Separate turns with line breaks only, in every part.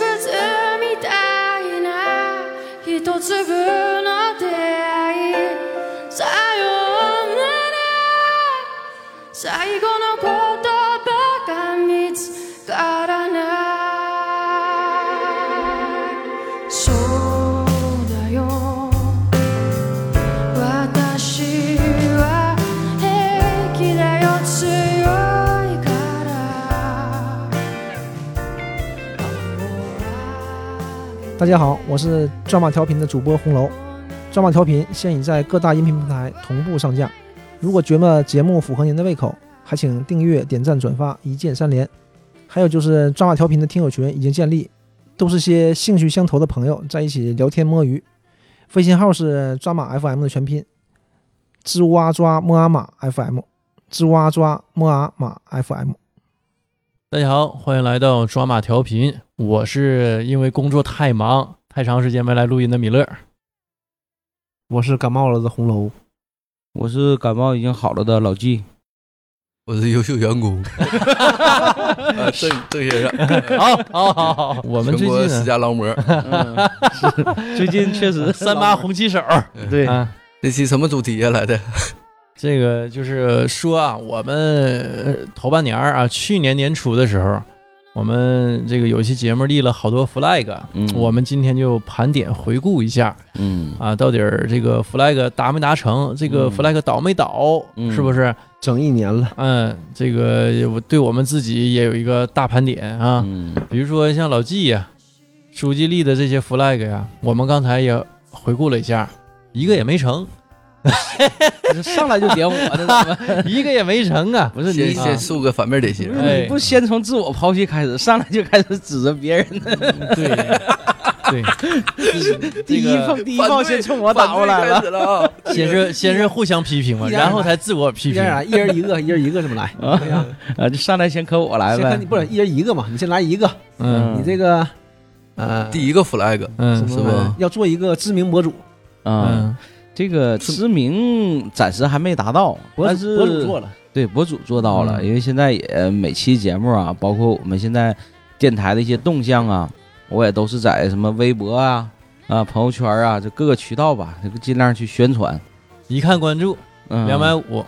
みたいな一粒の出会いさようなら最後の言葉が見つからないそうだよ私は平気だよ強いから
大家好，我是抓马调频的主播红楼。抓马调频现已在各大音频平台同步上架。如果觉得节目符合您的胃口，还请订阅、点赞、转发，一键三连。还有就是抓马调频的听友群已经建立，都是些兴趣相投的朋友在一起聊天摸鱼。微信号是抓马 FM 的全拼，吱哇抓摸阿马 FM，吱哇抓摸阿马 FM。
大家好，欢迎来到抓马调频，我是因为工作太忙，太长时间没来录音的米 勒。
我是感冒了的红楼。
我是感冒已经好了的老纪，
我是优秀员工，啊郑郑先生，
好，好，好，好， 我们最
全国十
近
佳劳模。
嗯
啊
最近确 实
三八红旗手，
对
啊，
这期什么主题呀？来的
这个就是说啊，我们呃头半年儿啊，去年年初的时候，我们这个有一期节目立了好多 flag，
嗯
我们今天就盘点回顾一下
嗯
啊，到底儿这个 flag 达没达成，这个
嗯
flag 倒没倒，
嗯
是不是？
整一年了，
嗯，这个我对我们自己也有一个大盘点啊，
嗯
比如说像老纪呀、书记立的这些 flag 呀、我们刚才也回顾了一下，一个也没 成，
上来就点我的，怎么
一个也没成啊！
不是
先
你嗯
啊
先竖个反面典型
不
哎，
是你不先从自我剖析开始，上来就开始指着别人，
对 对，
第一炮第一炮先冲我打过来
反对开
了，
始了啊！
先是先是互相批评嘛，
一人
然后才自我批
一
评
人。啊，一人一个，一人一个这么来。
啊
对呀
啊，就上来先磕我来
先看你
呗，
不是一人一个嘛？你先来一个，
嗯
你这个呃，
第一个 flag
嗯
什
是
么
吧
要做一个知名博主，
啊，
嗯，
这个知名暂时还没达到，
博
但
主
是
博主做了，
对博主做到了，
嗯
因为现在也每期节目啊，包括我们现在电台的一些动向啊，我也都是在什么微博啊、啊朋友圈啊，这各个渠道吧，这个尽量去宣传。
一看关注
嗯，
两百五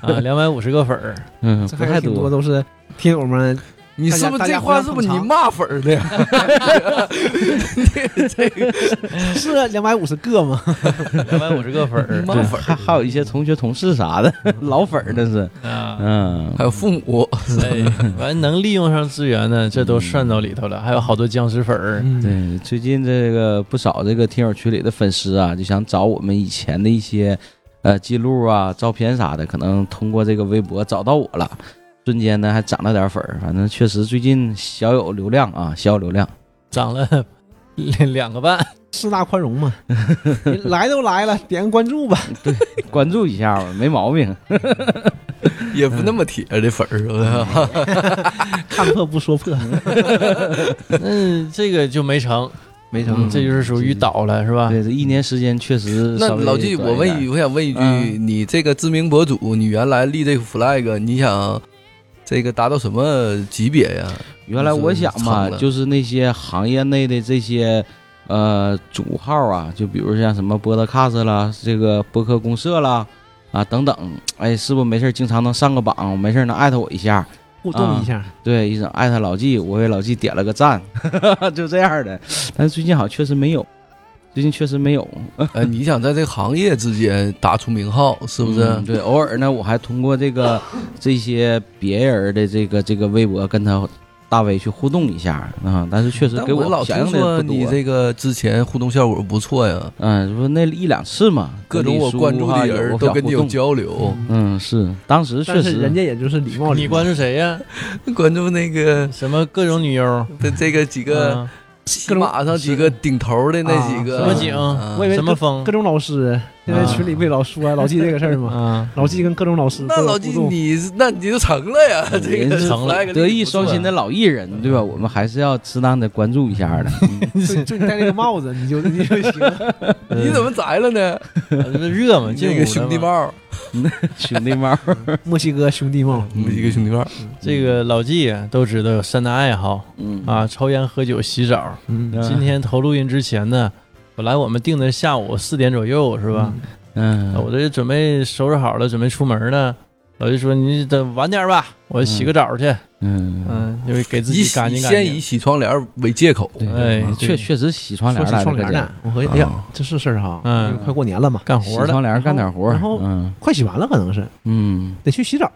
啊，两百五十个粉儿，
嗯
这
不
还
太
有挺
多，
都是听友们
你是不是
大家
这话是不是你骂粉儿的呀？这个
是两百五十个嘛？
两百五十个嗯粉儿
骂
对，
粉
还
儿，
还有一些同学同事啥的， 老粉儿那是，
啊。
嗯
还有父母，
哎，完能利用上资源呢，这都算到里头了。还有好多僵尸粉儿，
对，
对，最近这个不少这个听友群里的粉丝啊，就想找我们以前的一些呃记录啊、照片啥的，可能通过这个微博找到我了，瞬间呢还涨了点粉儿，反正确实最近小有流量啊，小有流量。
涨了两两个半。
四大宽容 嘛，你来都来了，点个关注吧。
关注一下吧，没毛病。
也不那么铁的粉儿，是吧？
看破不说破，
嗯，这个就没成，
没
嗯这就是属于倒啊了，是吧？
对，这一年时间确实
那
稍微
老纪，
短
我
一
问
点
一，我想问一句，
嗯
你这个知名博主，你原来立这个 flag，你想这个达到什么级别呀？
原来我想嘛，
就是成了
就是那些行业内的这些呃主号啊，就比如像什么播的 cast 啦，这个播客公社啦啊等等，哎，是不是没事儿经常能上个榜，没事儿能艾特我一下？
互动一下。
啊
对，一整艾特老纪，我给老纪点了个赞， 就这样的。但是最近好像确实没有，最近确实没有，
呃，你想在这个行业之间打出名号，是不是？
嗯对，偶尔呢，我还通过这个这些别人的这个这个微博跟他。大 V 去互动一下啊、但是确实
但
给
我老
想
听
象的
说
不多。
你这个之前互动效果不错呀，
嗯，不那一两次嘛，
各种
跟
我
李叔
关注
哈
的人
有
都跟你有
互动
交流，
嗯，是，当时确
但是
实
人家也就是礼貌礼貌，
你关注谁呀？
关注那个
什么各种女优，
这这个几个
啊
喜马上几个顶头的那几个
什么景
啊
我以为
什么风
各种老师现在群里不也老 说老纪这个事儿吗？
啊？
老纪跟各种老师
那
都有
老
互
纪
动
你那你就成了呀，这
人
个
是
成了
flag
德
立
艺
不错
双馨的老艺人，对吧？我们还是要适当的关注一下的。
就就你戴那个帽 子，你就你就行了。
你怎么摘了呢？
啊这不热嘛，劲
这
舞
嗯个
的
兄弟
嘛
帽，
兄弟猫，
墨西哥兄弟帽，
墨西哥兄弟伴儿，
这个老纪啊都知道有三大爱好
嗯
啊，抽烟、喝酒、洗澡。
嗯，
今天头录音之前呢，本来我们定的下午四点左右是吧？
嗯，
我这准备收拾好了，准备出门呢。老纪说：“你等晚点吧，我洗个澡去。
嗯
嗯，因为给自
以
己
洗
干净干
先以
净。
洗窗帘为借口，
对
哎
对
对
确确实洗窗
说
帘
起
来
窗
了，
帘来，我合计，哎呀，这是事儿哈，
啊嗯
因为快过年了嘛，
干
洗
活的，
窗帘干点活儿，
然后
嗯
快洗完了，可能是
嗯
得去洗澡，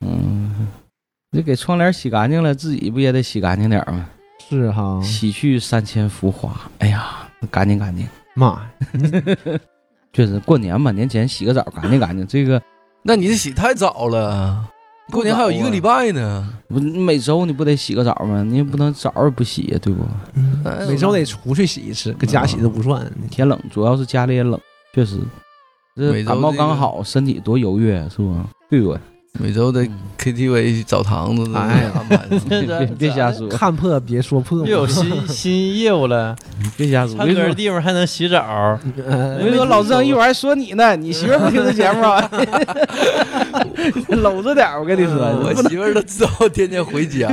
嗯，你给窗帘洗干净了，自己不也得洗干净点儿吗？
是哈，
洗去三千浮华，哎呀，干净干净，
妈呀，
确实过年嘛，年前洗个澡干净干净，这个
那你这洗太早了，过年还有一个礼拜呢，
不你每周你不得洗个澡吗？你也不能澡也不洗呀，对不？
哎呦
每周得出去洗一次，搁家洗都不算。
天冷，主要是家里也冷，确实，这
每周
感冒
这
刚
个
好，身体多优越是不？对不？
每周得 KTV 澡堂子的
哎呀
安排的
别别瞎说，
看破别说破
又，有 新 新业务了，
别瞎说。嗯
唱歌的地方还能洗澡，
我
呃
跟你说，老郑一会儿还说你呢，你媳妇儿不听这节目啊，搂着点儿，我跟你
嗯我
说，
媳妇儿都知道我天天 回家，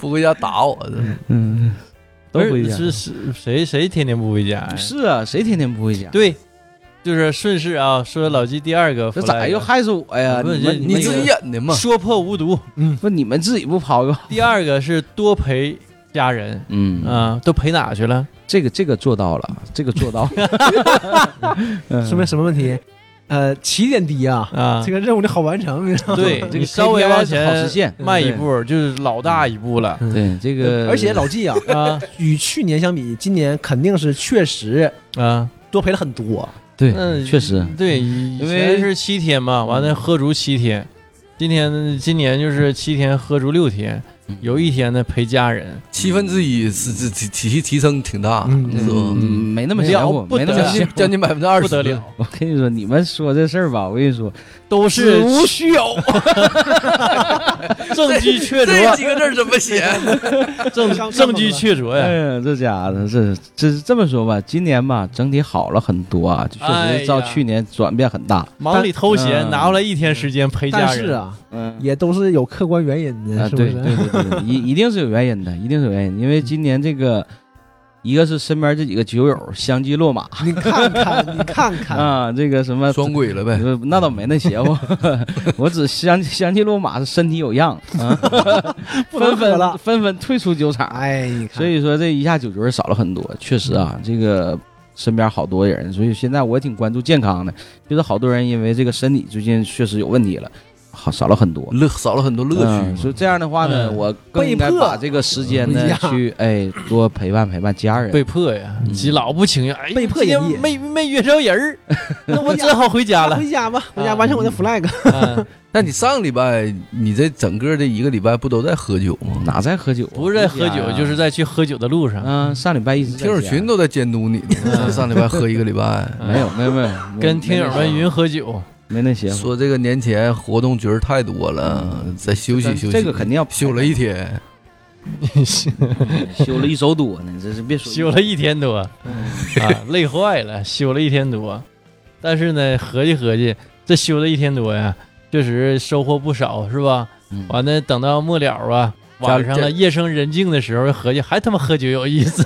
不回家打我的。
嗯，都
不是
回家。
是是谁谁天天不回家呀？
是啊，谁天天不回家？，
哎对，就是顺势啊，说老纪第二个
这咋
flag
又害死我呀？
不是
你们
这
你
们
自己演的嘛？
嗯
说破无毒。
不，你们自己不抛个？
第二个是多陪家人
嗯
啊，都陪哪去了？
这个这个做到了，这个做到。嗯
说明什么问题？呃，起点低啊，
啊
这，个任务得好完成，你知道吗？
对
这
你
个
稍微往
KPI 好实
前
现，
迈一步，就是老大一步了
对。对，这个
而且老纪啊，
嗯
啊
与去年相比，今年肯定是确实
啊！
多赔了很多。
对
嗯
那，
确实，
对，以前是七天嘛，完了喝足七天，今天今年就是七天喝足六天，有一天呢陪家人，
七分之一是是提提提升挺大，
嗯
是
嗯，
吧？
没那么
了
邪乎，
不
没那
得
么
将
邪
近
乎。
将近百分之二十
不得了，
我跟你说，你们说这事儿吧，我跟你说，
都是
子虚有。
证 据确
这
凿，
几个字儿怎么写？
证证据确凿
哎
呀！
呀，这家伙，这这这么说吧，今年吧整体好了很多啊，就确
哎
实
呀
照去年转变很大。
忙里偷闲，
嗯
拿过来一天时间陪
但
家
是
人。
啊，
嗯
也都是有客观原因的，
啊，
是不
对
是？
对对对，对一一定是有原因的，一定是有原因的，因为今年这个，一个是身边这几个酒友相继落马
你看看，你看看，
啊，这个什么
双轨了呗。
呃那倒没那邪乎， 我只相相继落马是身体有恙啊，
不能喝
纷纷
了。
纷纷退出酒场，
哎，你看，
所以说这一下酒局儿少了很多，确实
嗯
啊，这个身边好多人，所以现在我也挺关注健康的，就是好多人因为这个身体最近确实有问题了，好少了很多。
乐少了很多乐
嗯
趣
所
嘛
以这样的话呢，
嗯
我更应该
被迫
把这个时间呢
哎呀
去哎多陪伴陪伴家人。
被迫呀，
嗯
几老不情愿，哎，
被迫
今天
演绎
没没约着人儿，那我只好回家了。
回家吧，回家完成我的 flag。
嗯
那你上礼拜，你这整个这一个礼拜不都在喝酒吗？
哪在喝酒啊？
不是在喝酒，就是在去喝酒的路上，
嗯，上礼拜一直在
听友
家嗯
群都在监督你呢，上礼拜喝一个 礼拜，
嗯
没有没有没有，没
跟听友们
没
云喝酒。
没那邪乎。
说这个年前活动局儿太多了，再休息
但
休息。
这个肯定要
休了一天，
休了一周多呢，这 是别说
修了一天多啊，
嗯
累坏了，修了一天多。但是呢，合计合计，这修了一天多呀，确实收获不少，是吧？
嗯
完了，等到末了啊，
家
晚上
家
了，夜深人静的时候，合计还他妈喝酒有意 思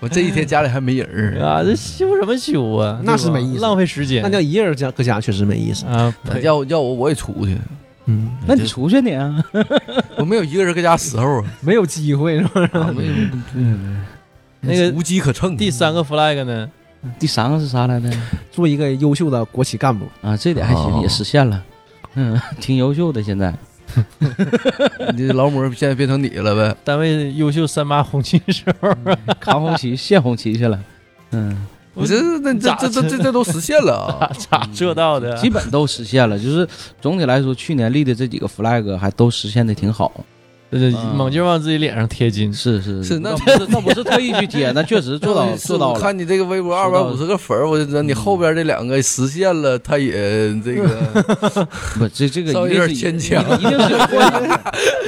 我这一
嗯
天家里还没人儿。
啊！这修什么修啊？
那是
对吧
没意思
浪费时间。
那叫一个人家搁家确实没意思。
啊，
那要要我我也出去，
嗯，
那你出去呢？啊
我没有一个人搁家伺 候啊，
没有机会是吧？
啊没有
那个
无机可乘。啊
第三个 flag 呢？
第三个是啥来着？
做一个优秀的国企干部，
啊，这点还行，
哦
也实现了，嗯，挺优秀的。 现在
你这劳模现在变成你了呗？
单位优秀三八红旗 手，
扛红旗、献红旗去了， 嗯，
你这那这这这这这都实现了啊！
咋做到
嗯
的？啊
基本都实现了。就是总体来说，去年立的这几个 flag 还都实现的挺好，
这
嗯
啊
猛劲儿往自己脸上贴金，
是是
是那
那
不是
那不是特意去贴，那确实做 到
是
做到
我
了。
看你这个微博二百五十个粉儿，我就知道你后边这两个实现了，他也这个
不，这这个
稍微
一定
有
是
点牵强
一定一定是有过程 的，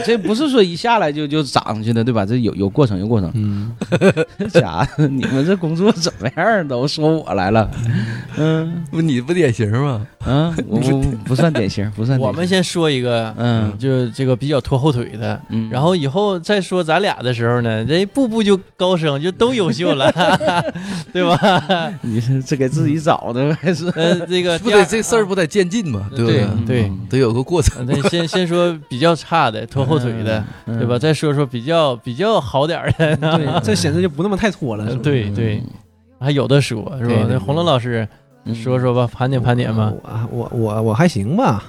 这不是说一下来就就涨上去的，对吧？这有有过程，有过程。
嗯，
家伙，你们这工作怎么样？都说我来了，嗯
不你不典型吗？
啊，我不不算典型，不算典型。
我们先说一个，
嗯
就这个比较拖后腿的，
嗯，
然后以后再说咱俩的时候呢，人步步就高升，就都优秀了， 对吧？
你是这给自
嗯
己找的还是？
呃，这个
不
第
得
二
这事儿不得渐进嘛，对不
对
对？
对，
得有个过程。
那先先说比较差的拖后腿的，
嗯
对吧？？再说说比较比较好点儿的，
对， 这显得就不那么太拖了，是吧
对对，还有的说是
嗯对
吧
对？
那洪龙老师
嗯
说，说吧，盘点盘点吧。
我哦啊我我我还行吧，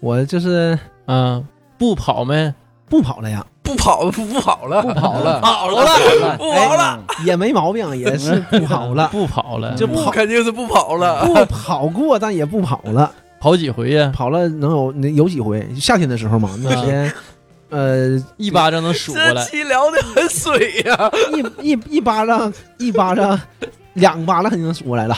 我就是
啊，不跑没？
不跑了 呀，
不跑不不跑了，
不跑了
跑了，
不
不好了，
哎
也没毛病，也是不跑 了，
不跑了，
就
不
跑
肯定是不跑了。
不跑过，但也不跑了，
跑几回呀？
跑了能有能有几回？夏天的时候嘛，那 天。呃，
一巴掌能数过
这
来。
期聊的很水呀、
一一一巴掌，一巴掌，两巴掌肯定能数过来了。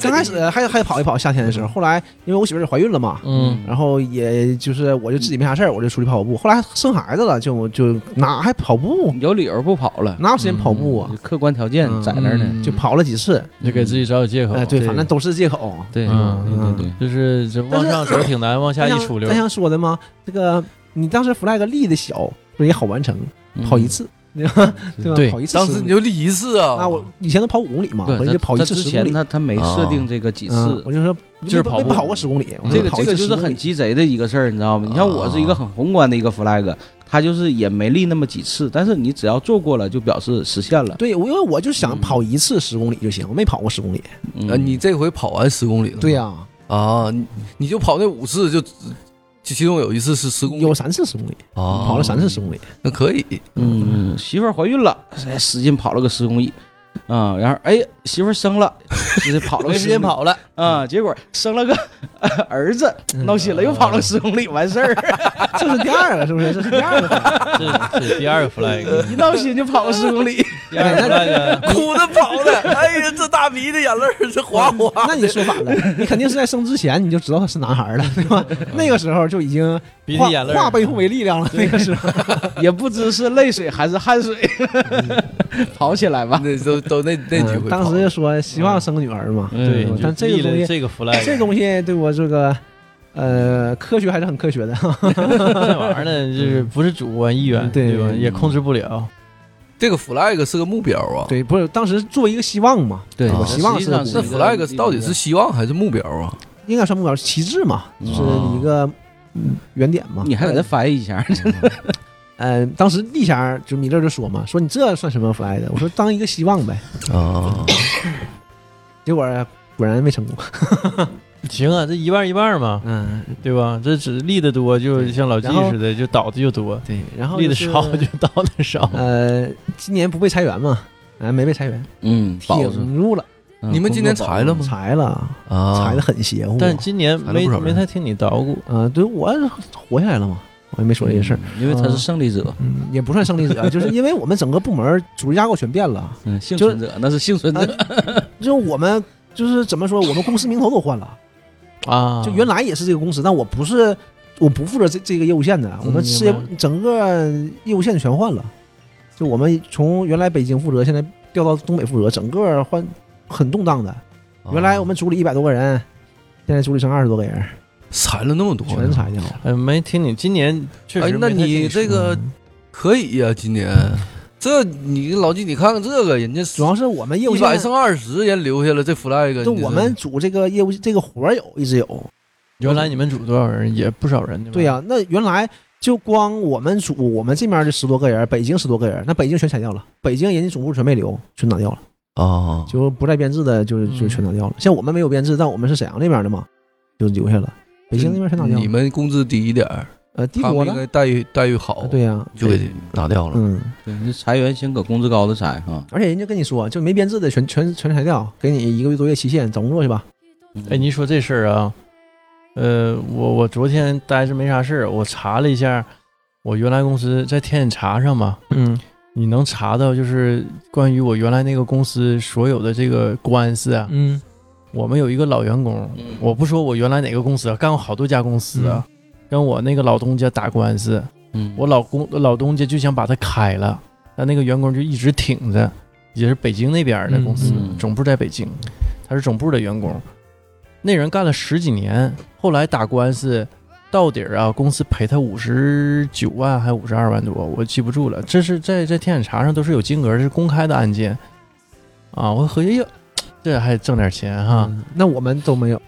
刚开始还还跑一跑，夏天的时候，后来因为我媳妇儿也怀孕了嘛，
嗯，
然后也就是我就自己没啥事儿，我就出去跑跑步。后来生孩子了，就就哪还跑步？
有理由不跑了。
哪有时间跑步啊？
客观条件在那儿呢。
嗯
就跑了几次，
就给自己找找借口
哎，。对，
对
反正都是借口。
对
嗯
对对
就是这往上走挺难，往
哎
下一出溜
咱。想说的吗？这个你当时 flag 立的小，不是也好完成？
对，
嗯跑一次，对吧？对吧？
对
跑一次
当
十
时
公
你
里。
就立一次啊！
那我以前都跑五公里嘛，
不，
我就跑一
他
次
之
十公
前
里。
他他没设定这个几
嗯，
次嗯
我，就说
就是跑
没
步
没跑过十公里，我
这个
嗯跑
这
一
个
次
就是
10公
很
里哦
鸡贼的一个事儿，你知道吗？你像我是一个很宏观的一个 flag，他就是也没立那么几次，但是你只要做过了，就表示实现了。
对，我因为我就想
嗯
跑一次十公里就行，我没跑过十公里。
啊，你这回跑完十公里了
嗯
吗？
对呀、
啊，你你就跑那五次就，就其中有一次是十公里
有三次十公里，
啊，
跑了三次十公里。
那可以，
嗯，媳妇儿怀孕了，哎使劲跑了个十公里，啊，然后哎，媳妇儿生了，就是跑了
没
个
时间跑了，
10公里啊，结果生了个 呃儿子，闹心了，又跑了十公里，完事 儿，
这是第二个，是不是？这是第二个。
这是第二个
嗯
flag，
一闹心就跑了十公 里。
第二个
哎
flag
哭的跑了，哎呀，这大鼻涕眼泪儿这哗哗。
那你说反了，你肯定是在生之前你就知道他是男孩了，对吧？那个时候就已经
鼻
化
涕眼泪儿
化悲痛为力量了。那个时候，
也不知是泪水还是汗水， 跑起来吧。
那都都那那几
嗯
回跑，
当时就说希望生个女儿嘛。
嗯
对
嗯，但
就
这个
立了
东西
这个 flag，
这东西对我这个呃科学还是很科学的。
这玩意儿呢，就是不是主观意愿，
嗯对
吧？
嗯
也控制不了。
这个 flag 是个目标啊。
对，不是当时作为一个希望嘛，
对
我
希望是个
那 flag 到底是希望还是目标 啊？
应该算目标旗帜嘛，
嗯
就是一个嗯原点嘛。
你还给他翻译一下，
嗯
呃，当时丽霞就米勒就说嘛，说你这算什么 fly 的？我说当一个希望呗。
啊，
结果果然没成功。
行啊，这一半儿一半儿嘛，
嗯，
对吧？这只立的多，就
对
像老纪
然后
似的，就倒的就多；
对。然后
立
就
的
是
少就倒的少。
呃，今年不被裁员嘛，哎，没被裁员，
嗯，保住。
挺住了，
嗯
你们今天裁了吗？
裁了，
啊，
裁的很邪乎。
但今年
还了
没
不少人
没太听你捣鼓，
呃，对我活下来了嘛，我也没
嗯
嗯
说这些事儿。，
因为他是胜利者，
嗯，也不算胜利者， 就是因为我们整个部门组织架构全变了，
嗯，幸存者那是幸存者，
就我们就是怎么说，我们公司名头都换了。
啊，
就原来也是这个公司，但我不是，我不负责这这个业务线的，我
嗯
们事业
明
整个业务线全换了，就我们从原来北京负责，现在调到东北负责，整个换很动荡的。
啊
原
哦
来我们组里一百多个人，现在组里剩二十多个人，
裁了那么多呢，
全裁掉了。
呃没听你今年确
哎
实，
那
没太听
你
你
这个
嗯
可以呀、今年这你老纪，你看看这个，人家
主要是我们业务
一百
线，
剩二十，人留下了这 flag，
就
你这
我们组这个业务这个活儿有一直有，
原来你们组多少人也不少人，吧
对呀、，那原来就光我们组我们这面的十多个人，北京十多个人，那北京全裁掉了，北京人家总部全没留，全打掉了。
啊，
就不带编制的，就是就
嗯
全打掉了。像我们没有编制，但我们是沈阳那边的嘛，就留下了。北京那边全打掉
嗯你
了。
们工资低一点儿，
呃，帝
他
国
们应
的，
该待遇待遇好，
啊对，呀、
就给拿掉了。
嗯，
对，你裁员先搁工资高的裁啊。
而且人家跟你说，就没编制的全全全裁掉，给你一个月多月期限找工作去吧。
哎，你说这事儿啊，呃，我我昨天待着没啥事儿，我查了一下，我原来公司在天眼查上嘛，
嗯
你能查到就是关于我原来那个公司所有的这个官司啊。
嗯
我们有一个老员工，
嗯
我不说我原来哪个公司啊，干过好多家公司
嗯
啊，跟我那个老东家打官司，
嗯
我老公老东家就想把他开了，但那个员工就一直挺着，也是北京那边的公司，
嗯嗯
总部在北京，他是总部的员工，那人干了十几年，后来打官司到底儿啊，公司赔他五十九万还五十二万多，我记不住了，这是在在天眼查上都是有金额，这是公开的案件啊，我合计哟，这还挣点钱
啊
哈。
嗯那我们都没有，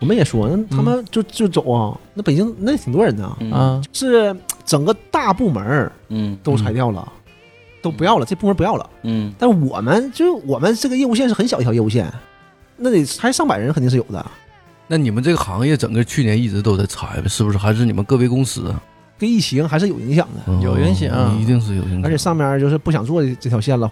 我们也说，那他们就就走啊。那北京那挺多人
嗯
的，
啊，
是整个大部门儿
嗯
都裁掉了，都不要了，这部门不要了。
嗯
但是我们就我们这个业务线是很小一条业务线，那得裁上百人肯定是有的。
那你们这个行业整个去年一直都在裁呗，是不是？还是你们个别公司啊？
跟疫情还是有影响的，
嗯
有影响
一定是有影响。
而且上面就是不想做这条线了。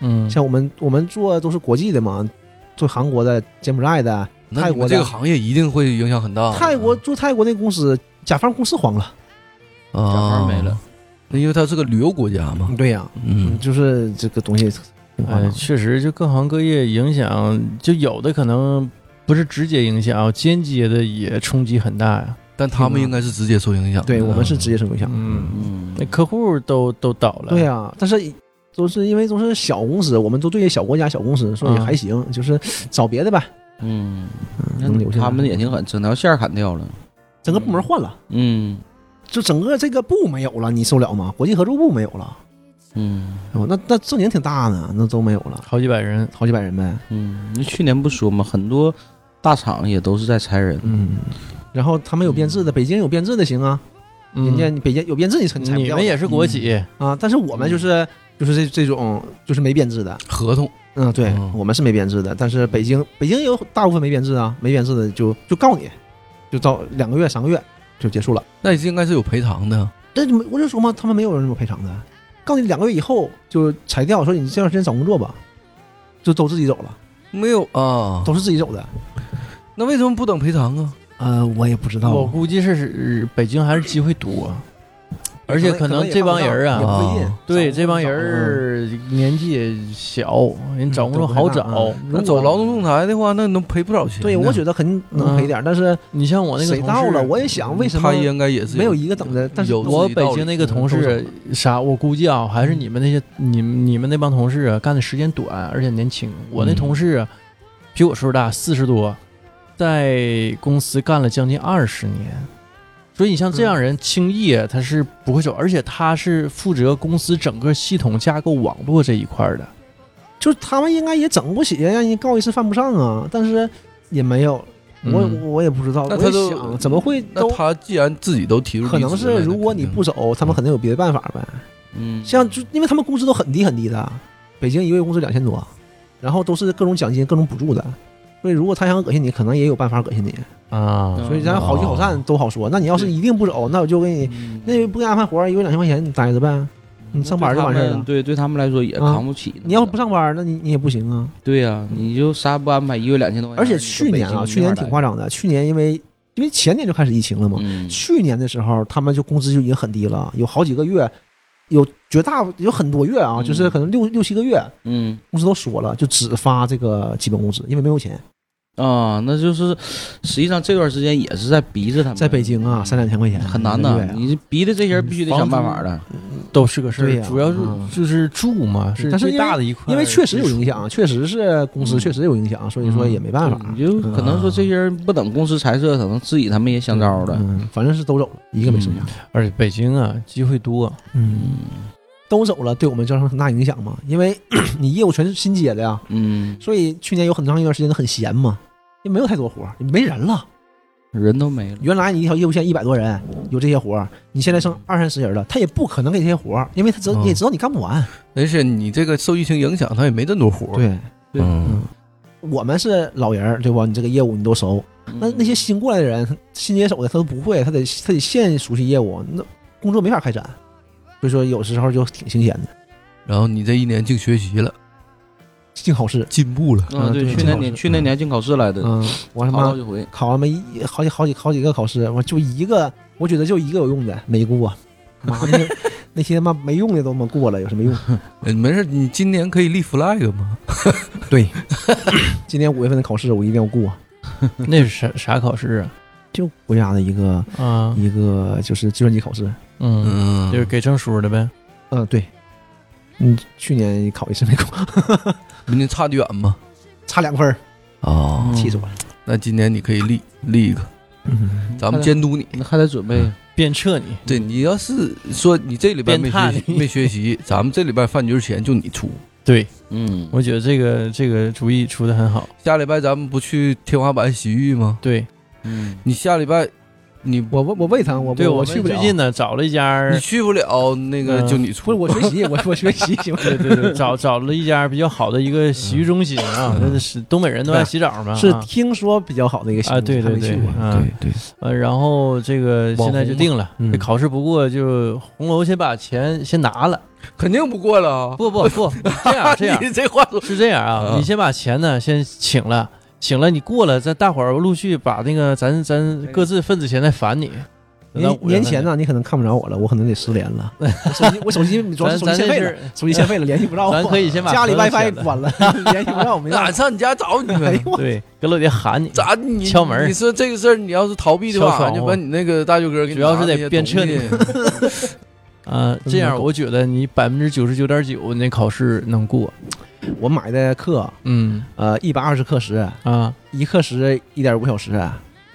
嗯，
像我们我们做都是国际的嘛，做韩国的、柬埔寨的、
那
泰
你
国
们
的
这个行业一定会影响很
哦
大。
泰国做泰国那公司，甲方公司黄了。
啊
方没了，
那因为它是个旅游国家嘛。
对呀、
嗯，
就是这个东西挺
哎
夸张
呃，
的。
确实，就各行各业影响，就有的可能不是直接影响，间接的也冲击很大呀。
但他们应该是直接受影响的。
对我们是直接受影响。
嗯，
嗯
那客户都都倒了。
对呀、但是都是因为都是小公司，我们都对小国家小公司，所以
嗯
还行，就是找别的呗，
嗯，
嗯能留下来。
他们也挺狠，整条线儿砍掉了。
整个部门换了，
嗯
就整个这个部没有了，你受了吗？国际合作部没有了，
嗯
哦，那那正经挺大呢，那都没有了，
好几百人。
好几百人呗。
嗯，那去年不说嘛，很多大厂也都是在裁人。
嗯，然后他们有编制的，北京有编制的行啊，
嗯
人家北京有编制你才才不
你
要
们也是国企，
啊，但是我们就是就是这这种就是没编制的，
合同，
嗯，对
哦
我们是没编制的，但是北京北京有大部分没编制啊，没编制的就就告你，就到两个月三个月就结束了。
那也是应该是有赔偿的。
但是我就说嘛，他们没有人有赔偿的，告你两个月以后就裁掉，说你这段时间找工作吧，就都自己走了，
没有啊？
都是自己走的。
那为什么不等赔偿啊？
呃，我也不知
我估计是北京还是机会多，而且可能这帮人
也
啊，
不嗯一定
对这帮人儿年纪也小，
嗯
人找工作好找。
嗯
那走劳动仲裁的话，那嗯能赔不少钱呢。
对，我觉得肯定能赔点儿，但是
你像我那个
谁
同
到
事
了，我也想为什么
他应该也是
没有一个等的，但是
有
我
自己道
北
理
京那个
嗯
同
都
事啥，我估计啊，还是你们那些你们你们那帮同事啊，干的时间短，而且年轻。我那
嗯
同事啊比我岁数大，四十多，在公司干了将近二十年，所以你像这样人，轻易啊他是不会走，而且他是负责公司整个系统架构网络这一块儿的。
就是他们应该也整不起，让人告一次犯不上啊，但是也没有，我
嗯
我也不知道，
那
我
他
也
都
想怎么会
那
都
他既然自己都提出离职
可
了，
能是如果你不
走，
走，他们肯定有别的办法呗。
嗯，
像就因为他们工资都很低很低的，北京一个月工资两千多，然后都是各种奖金、各种补助的，所以如果他想恶心你，可能也有办法恶心你。
啊
嗯
所以咱
哦
好聚好散都好说。那你要是一定不走，那我就给你，那不给你安排活儿，一个月两千块钱你待着呗，你上班就完事儿了。
嗯对，对他们来说也
啊
扛不起。
你要不上班，那你你也不行啊。
对呀，你就啥不安排，一个月两千多块
而
钱。
且去年啊，去年挺夸张的。去年因为因为前年就开始疫情了嘛，
嗯
去年的时候他们就工资就已经很低了，有好几个月，有绝大有很多月啊，
嗯
就是可能六六七个月，
嗯
公司都说了，就只发这个基本工资，因为没有钱。
啊，那就是实际上这段时间也是在逼着他们。嗯
在北京啊，三两千块钱
很难
一个
的嗯
月，啊
你逼的这些人必须得想办法的。
都是个事
对
儿，
呀
主要是
嗯
就是住嘛，是
但是
最
因为
大的一块，
因为确实有影响，。确实是公司
嗯
确实有影响，所以说也没办法。嗯
你就可能说这些人不等公司裁撤，可能自己他们也想招嗯了。
嗯，反正是都走了，一个没剩下。
而且北京啊，机会多，
嗯，都走了，对我们造成很大影响嘛，因为你业务全是新接的呀，
嗯，
所以去年有很长一段时间都很闲嘛，也没有太多活儿，也没人了。
人都没了。
原来你一条业务线一百多人，有这些活儿，你现在剩二三十人了，他也不可能给这些活儿，因为他知道
嗯
你也知道你干不完。
而且你这个受疫情影响，他也没这么多活儿。
对，
对
嗯，
我们是老人儿，对吧？你这个业务你都熟，那那些新过来的人，新接手的他都不会，他得他得现熟悉业务，那工作没法开展，所以说有时候就挺新鲜的，
然后你这一年净学习了，
净好事。
进步了。
啊，对，
嗯对
去
挺好
年年
的
去年年进考试来的，
嗯，我他
考了好
妈
几回。
考了没一好几好几好几个考试，我就一个，我觉得就一个有用的，美估啊， 妈那那些他妈没用的都他妈过了，有什么用？
呃没事，你今年可以立 flag 嘛？
对，今年五月份的考试我一定要过，
那是啥啥考试
就嗯国家的一个
啊？啊，
一个就是计算机考试。
嗯，
嗯，
就是给证书的呗。
嗯，对，嗯，去年考一次没过，
比你差得远嘛。
差两分儿，
哦，
气死我了。
那今年你可以立立一个，
嗯，
咱们监督你。
那还得准备
鞭策你，
对你要是说你这礼拜
鞭
没
挞
学习
你
没学习，咱们这礼拜饭局钱就你出。
对
嗯，
我觉得这个这个主意出的很好。
下礼拜咱们不去天花板洗浴吗？
对
嗯
你下礼拜你
我我我胃疼，我
对，
我
们
去不了。
最近呢找了一家，
你去不了，那个
嗯
就你
不
出。
是我学习，我我学 习行吗？
对对对，找找了一家比较好的一个洗浴中心啊，那是东北人都爱洗澡嘛。
是
啊
听说比较好的一个项
啊，
目，
对
还
对
没
对
去过，。
啊，
对，
呃，然后这个现在就定了
红嘛，
这
嗯
考试不过就红楼先把钱先拿了，
肯定不过了啊。
不不 不，这样这样
你这话说，
是这样啊
啊，
你先把钱呢先请了。请了，你过了，咱大伙儿陆续把那个咱咱各自份子钱再返你。等到
年
五月份
年前呢，你可能看不着我了，我可能得失联 了。我手机我手机主要是手
咱
机限
咱这
费了，
是
手机限费了，联系不着我。
咱可以先把
家里
朋友圈
WiFi
了
关了， 联系不到我， 没办法。
俺上你家找 你
哎
呗
呦。我，
对，跟老爹喊你，
咋
嗯
你
敲门儿
你说这个事儿，你要是逃避的
敲
话，
窗户
就把你那个大舅哥给你
主要是
拿
得
那些
鞭策
东西
啊，这样我觉得你百分之九十九点九那考试能过。
我买的课，
嗯
呃，一百二十课时，
啊，
一课时一点五小时，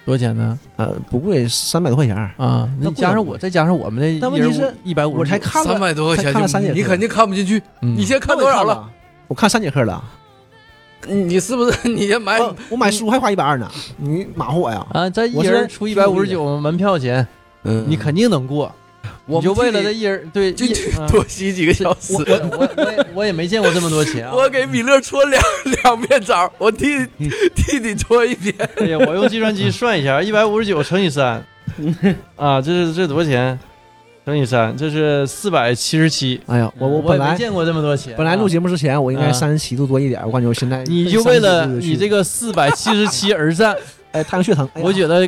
多少钱呢？
呃，不贵，三百多块钱儿。
啊，那
那
你
不
加
能
上我，再加上我们的，
但问题是
一百五，
我才看
三
了，
百多块
才
钱
看了
就
三节
你
课
肯定看不进去。
嗯
你现在看
那我
多
也
少了？
了？我看三节课了。
你是不是你先
哎
买？
嗯
我我买书还花一百二 呢，你马虎我呀？
啊，咱一
我是
人出一百五十九门票钱，
嗯
你肯定能过。
我
你就
们
为了
替
这
你
一人对，
就
一
就
啊
多洗几个小时。
我
啊
我我我也我也没见过这么多钱啊！
我给米勒搓两两遍 澡，我替
嗯
替你搓一遍。
哎呀，我用计算机算一下，一百五十九乘以 三，啊，这是这多少钱？乘以三，这是四百七十七。
哎呀，我
我
本
也没
来
见过这么多钱啊。
本来录节目之前我应该
啊
三十七度多一点，我感觉我现在
你就为了
奔37度就去
你这个四百七十 七而战，
哎太阳穴疼，哎呀
我觉得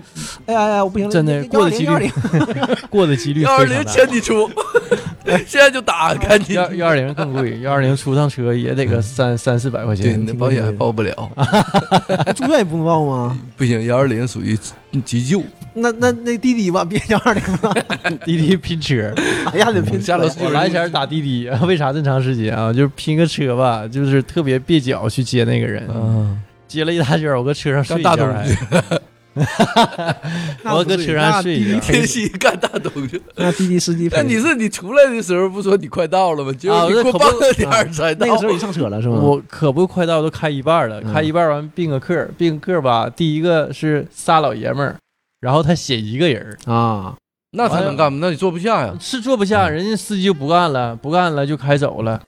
哎呀哎呀，我不行了，
真的过得几率
120
过的几率
幺二
非常
零
大。
请你出， 现在就打，赶紧。
幺幺二零更 贵，幺二零出趟车也得个三三四百块
嗯对，
钱
你。的保险还报不了，
120住院也不能报吗？
不行，幺二零属于 急救，
那那那滴滴吧，别幺二零了，
滴滴拼 车，
哎呀，得拼
下楼
我来前打滴滴， 为啥这么长时间啊？就是拼个车吧，就是特别蹩脚去接那个人，
嗯，
接了一大圈，我搁车上睡一觉
干大东
还，我搁车上睡一觉。
天西干大东 西。
那滴滴司机
那
赔，
你是你出来的时候不说你快到了吗？结
啊
果
那
你过
可不
半个点儿才到
那。个时候你上车了是吗？
我可不快到都开一半了，
嗯
开一半完并个个，并个吧，第一个是仨老爷们儿，然后他写一个人儿，
啊，
那他能干吗？那你坐不下呀。
是坐不下，人家司机就不干了，不干了就开走了，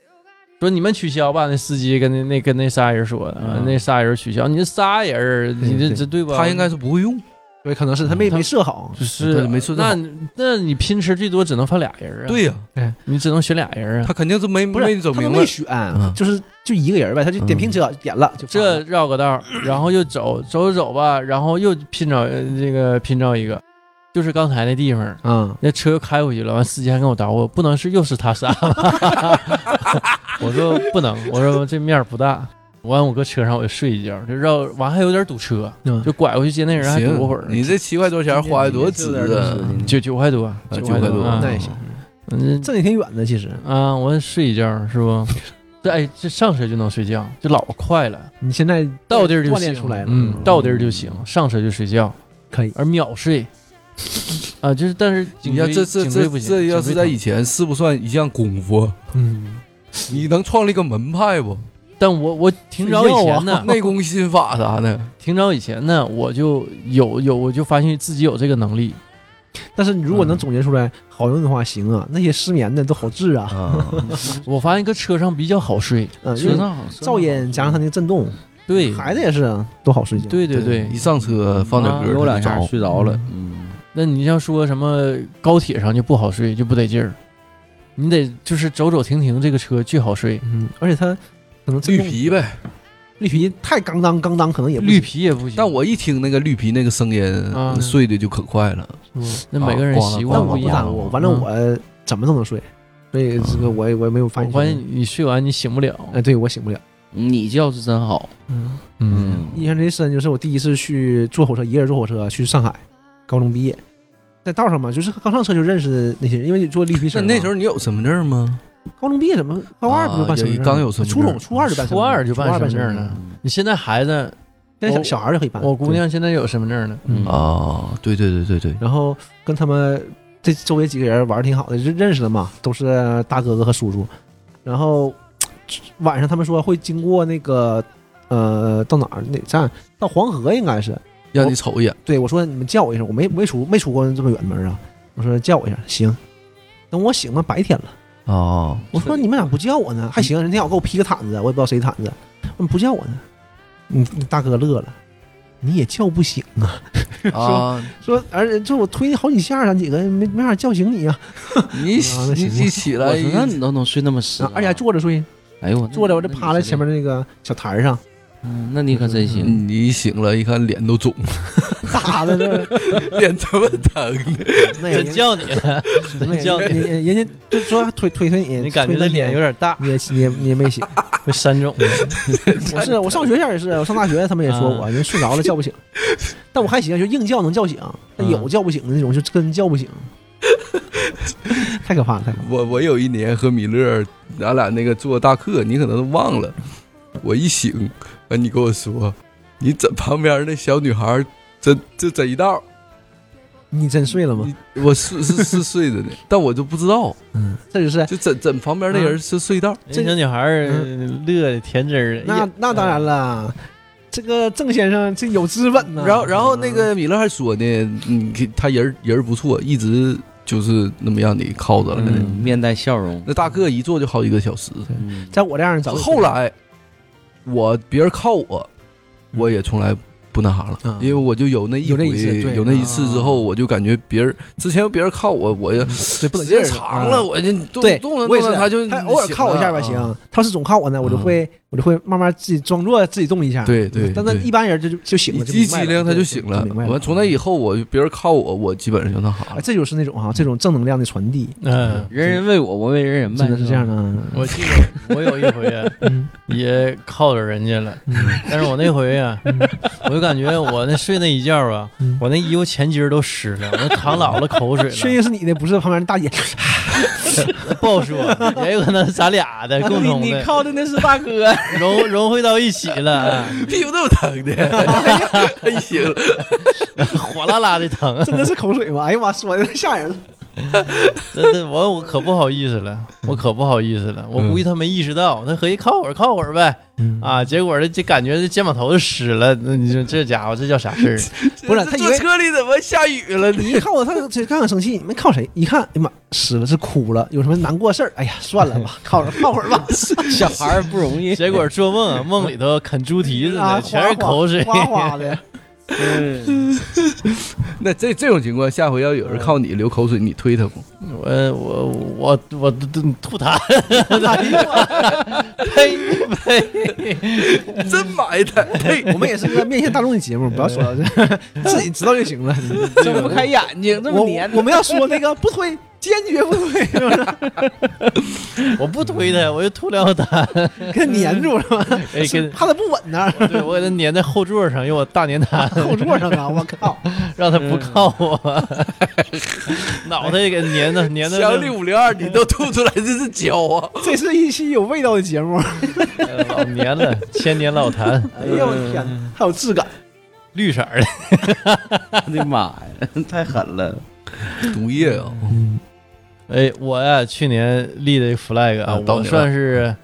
说你们取消吧。那司机跟那那跟那仨人说，啊
嗯
那仨人取消，你这仨人儿，你
对
这
对
这对吧？
他应该是不会用。
对，可能是他没
他
没设好，
就是
对没错
那你那你拼车最多只能放俩人啊，
对呀，
对，你只能选俩人啊。
他肯定是没
不是
没整
他都
明白
没。选，就是就一个人呗，他就点拼车点了就发
这
了
绕个道儿，然后又走走走吧，然后又拼着呃这个拼着一个，就是刚才那地方，
啊，
那车又开回去了，完司机还跟我捣鼓，不能是又是他仨吗？ 我说不能，我说这面儿不大。完，我搁车上我就睡一觉，就绕完还有点堵车，
嗯
就拐过去接那人还
行
堵会儿，嗯
你这七块多钱花的多值啊！
九九块多，
九
块
块多
啊
那也行，
嗯
这也挺远的其实。
啊，我睡一觉是不？这哎，这上车就能睡觉，就老快了，
你现在
到地儿就
锻炼
醒
出来了，
嗯，到地儿就醒，上车就睡觉，
可以。
而秒睡， 啊，就是但是颈
你看
椎
这这
颈椎不
这
行，
这要是
颈椎
在
疼
以前，是不算一项功夫？
嗯，
你能创立个门派不？
但我我挺早以前 呢，
内功心法啥的，
挺早以前呢，我就有有我就发现自己有这个能力，
但是你如果能总结出来好用的话，行啊。那些失眠的都好治啊，
我发现搁车上比较好睡，
嗯，因
车
为
上好
噪音加上它那个震动，
对
孩子也是啊，都好睡觉。
对对对
一。上车放点
啊
歌，
有两
他
下
就着。
睡着了，嗯，
那你要说什么高铁上就不好睡，就不得劲儿，你得就是走走停停，这个车巨好睡，
嗯，而且它可能震
绿
动
皮呗，
绿皮太刚当刚当，可能也不
绿皮也不行。
嗯但我一听那个绿皮那个声音
啊，
睡的就可快了。
行。
那每个人习
啊
但
惯
嗯我
一
不
样嗯
耽误，反正我呃怎么都能睡，所以这个我也我也没有发
我
现。
发现你睡完你醒不了。
哎，对我醒不了。
嗯你觉是真好，
嗯，
嗯，
印象最深就是我第一次去坐火车，一个人坐火车去上海，高中毕业，在道上嘛，就是刚上车就认识那些人，因为你坐绿皮
那
车嘛。
那时候你有身份证吗？
高中毕业怎么高二不就办身份证了吗？
啊有刚有身份
初
证
中初二就办身份证，
初二就
嗯办
办身份
身
证了。你现在孩子，
现在小
我
小孩就可以办。
我姑娘现在有身份证了。
嗯
啊，对对对对对，
然后跟他们这周围几个人玩的挺好的，就认识了嘛，都是大哥哥和叔叔。然后晚上他们说会经过那个呃到哪儿哪站？到黄河应该是。
让你瞅一眼。
对我说你们叫我一声，我没没出没出过这么远的门啊。我说叫我一下，行。等我醒了，白天了。
啊，
我说你们咋不叫我呢？还行，人家要给我披个毯子，我也不知道谁毯子，我不叫我呢。嗯，大哥乐了，你也叫不醒啊。
啊，
说，而且这我推你好几下，咱几个没没法叫醒你啊。
你
啊那行吧
你你起
我
来，
说那你都能睡那么实
啊，而且还坐着睡，
哎呦我
坐着我就趴在前面，的那个小台儿上，
嗯，那你可真行，
你一醒了，一看脸都肿，
打的这，
脸这么疼的，
那也
真叫你了，
那
真叫
也
你，
人人家就说推推推你，
你感觉
推推
那脸有点 大，
你也你也你也没醒。
会三种。
我是我上学前也是，我上大学他们也说我人睡着了叫不醒，但我还行，就硬叫能叫醒，但有叫不醒的那种就真叫不醒，太可怕了，太可怕了。
我我有一年和米勒，咱俩那个做大课，你可能都忘了。我一醒，啊，你跟我说，你枕旁边那小女孩真这这一道，
你真睡了吗？
你我是是是睡着呢，但我就不知道，
嗯，这就是
就枕枕旁边那人是睡道。
这哎小女孩儿乐的甜滋儿的。
那那当然了，这个郑先生这有资本呐。
然后然后那个米勒还说呢，嗯，他人人不错，一直就是那么让你靠着了。
嗯面带笑容，
那大个一坐就好几个小时。
嗯
在我这样早就
后来我别人靠我，我也从来不那啥了，
嗯
因为我就有那一
有
回
那一次对啊
有那一次之后，我就感觉别人之前别人靠我，我也
对嗯不
时
得劲
间
儿
长了，
嗯
我就动
对，
动了
我
动
也是
了，他就
他偶尔靠我一下吧，
啊。嗯
行。他要是总靠我呢，我就会我就会慢慢自己装作自己动一下。
对对，
但那
对
一般人就就就醒
一
了，
激激灵他就醒了。
我
完从那以后，我就别人靠我，我基本上就那啥
啊，
了。
这就是那种哈、这种正能量的传递，
嗯，
人人为我，我为人人呗，
真的是这样的啊。
我记得我有一回啊
嗯
也靠着人家了，但是我那回啊，我就感觉我那睡那一觉啊
嗯，
我那衣服前襟儿都湿了，我那淌老了口 水
确
了，
定是你的，不是旁边那大姐。
不好说，也有可能咱俩的共同的
靠的那是大哥，啊
融融汇到一起 了，啊
屁股那么 疼的，哎呀醒了。
火辣辣的疼，
真的是口水吗？哎呀妈，说的吓人了。
真的我我可不好意思了，我可不好意思了，我估
嗯
计他没意识到，他合计靠会儿靠会儿呗，啊，结果这这感觉这肩膀头就湿了，那你说这家伙这叫啥事儿？
不是他以
坐
为
车里怎么下雨了呢？
你一看我，他这刚想生气，没靠谁，一看，哎呀妈，湿了是哭了，有什么难过事儿？哎呀，算了 吧，靠会儿，靠会儿吧。
小孩儿不容易，
结果做梦啊，梦里头啃猪蹄子
啊，
呢，全是口水。
哗哗的。
那这这种情况，下回要有人靠你流口水，你推他不？
我我我我吐 痰，
哎呀妈
呸呸！
嗯真埋汰，呸！
我们也是个面向大众的节目，不要说到这， 自己知道就行了。
睁不开眼睛，这
我
么黏
我们要说那个 不推，坚决不推，是不是？
我不推他，我就吐两 口痰，
给它粘住了吧，
哎，给
怕它不稳那儿，
对我给他粘在后座上，用我大粘痰
后座上啊！我靠，
让他不
嗯
靠我， 脑袋也给粘的粘的。
祥力五零二，你都吐出来这是胶啊！
这是一期有味道的节目。
呃老粘了，千年老痰，
哎呀，我的天哪，还有质感。
绿色儿的。
我的妈哎 呀，嗯太狠了！
毒液啊！
哎，我呀，去年立的 flag 啊
啊，到
我
你了
算是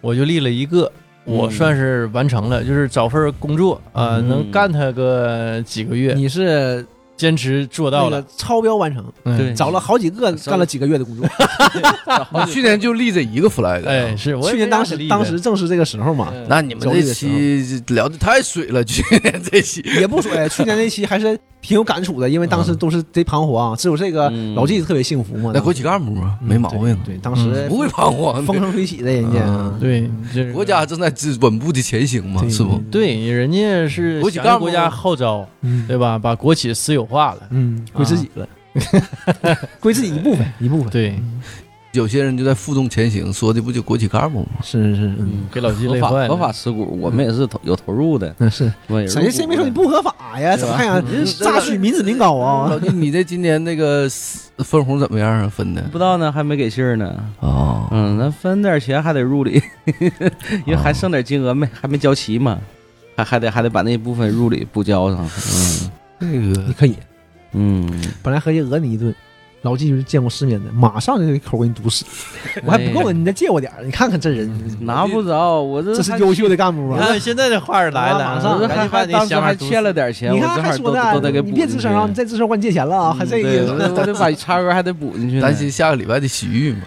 我就立了一个，我
嗯
算是完成了，就是找份儿工作啊，
嗯
能干它个几个月，
你是
坚持做到
那个
了。
超标完成，
嗯
对
找了好几个，干了几个月的工作。
我啊去年就立这一个 flag，啊
哎，，是我也
去
没
年
啥
当
实力
时
的
当时正是这个时候嘛，
那你们这期聊的太水了， 去年这期
也不说，哎去年那期还是挺有感触的，因为当时都是贼彷徨，只有这个
嗯
老纪特别幸福嘛。
那国企干部嘛，没毛病，啊
对，当时
嗯不会彷徨
风
的。
生水起的人家啊，
对就是
国家正在自稳步的前行嘛，
对
是不？
啊对呃人家是
国企
响应
干部
国家号召，
嗯
对吧？把国企私有化了，
嗯，归自己了。 归自己一部分，一部分。
啊对，
有些人就在负重前行，说的不就国企干部吗？
是是是
嗯，给老季
合
累
法
坏
合法
了。
持股，我们也是投有投入的，
嗯是，
是吧？
谁谁没说你？不合法呀？怎么还
嗯
想榨取民脂民膏啊
老？弟，你这今年那个分红怎么样啊？分的
不知道呢，还没给信儿呢。
哦，
嗯，咱分点钱还得 入里，因为
哦
还剩点金额没还没交齐嘛，还还得还得把那部分入里补交 上。
这个
你可以，
嗯嗯，
本来合计讹你一顿，老纪就是见过世面的，马上就一口给你堵 死。我还不
哎
够呢，你再借我点儿，你看看这
嗯
人，
拿不着，我这
嗯这是
还
优秀的干部
你
啊！
看现在这话儿来了啊，
马上
我这还
赶紧把
还
你
当时
想法
还
堵
欠了
死
点钱，
你
我
看
正
还
好
说
都都得给
呢，
补
你
进
别
去。
吱声啊！你再吱声，管你借钱了
嗯
啊！还这
对，
个，
我我得把差额还得补进去呢。
担心下个礼拜的洗浴嘛？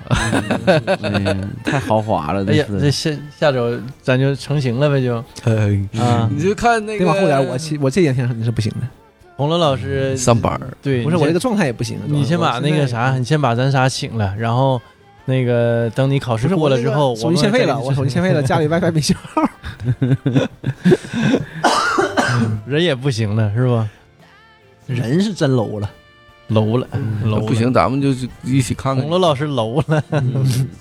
嗯，太豪华了，
哎
这
呀，
是
这下下周咱就成型了呗，就
哎
嗯
啊，
你就看那
得
个
往后点儿，我其我这两天肯定是不行的，
红楼老师
上班儿
对，
不是
你
我
先
这个状态也不行。
你先把那个
嗯
啥，你先把咱仨请了，然后那个等你考
不
试
是
过了之后，
手机欠费了，我手机欠 费了，家里 WiFi 没信号，
人也不行了，是吧？
人是真 low 了。
楼了，
嗯
楼了
不。行，咱们就是一起看
红
看，
楼老师楼了，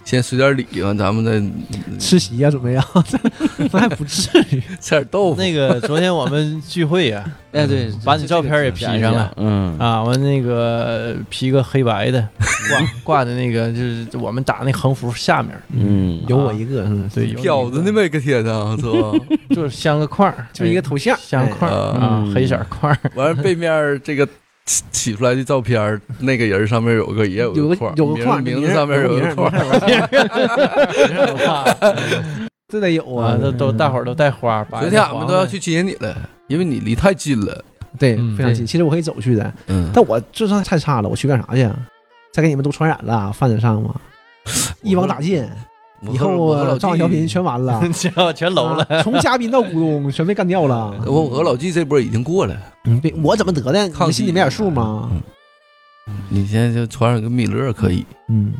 先随点礼完，咱们再
吃席啊呀、怎么样？ 那还不至于。
吃点豆腐。
那 个昨天我们聚会呀，
哎对，
把你照片也 P 上了。
嗯
啊，完那个 P 个黑白的，挂挂的那个就是我们打那横幅下面，啊
嗯，
有我一个，嗯，
对，有
婊子呢呗，搁天上是吧？啊
就是镶个框儿，
就一个头像，
镶
哎
框儿
哎
啊，
嗯
黑色框儿，
完了背面儿这个起起出来的照片儿，那个人上面有个也有
哎有
个
个
框儿，
有个
名
框，
名
字
字上面有个框儿，
这得有
哇，
啊，
都都大伙儿都带花儿，白
昨
的
天俺们
黄
都要
的
去接你了，因为你离太近了。
对
嗯
非常
对
近。其实我可以走去的，
嗯，
但我智商太差了，我去干啥去啊？再给你们都传染了，犯得上吗？一网打尽，以后啊赵小品全 完了，
全全楼了。
啊从嘉宾到股东全被干掉了。
我我老纪这波已经过了，
你别我怎么得的？
抗
你心里
击
没点数吗？
你现在就传染个米勒可以，
嗯，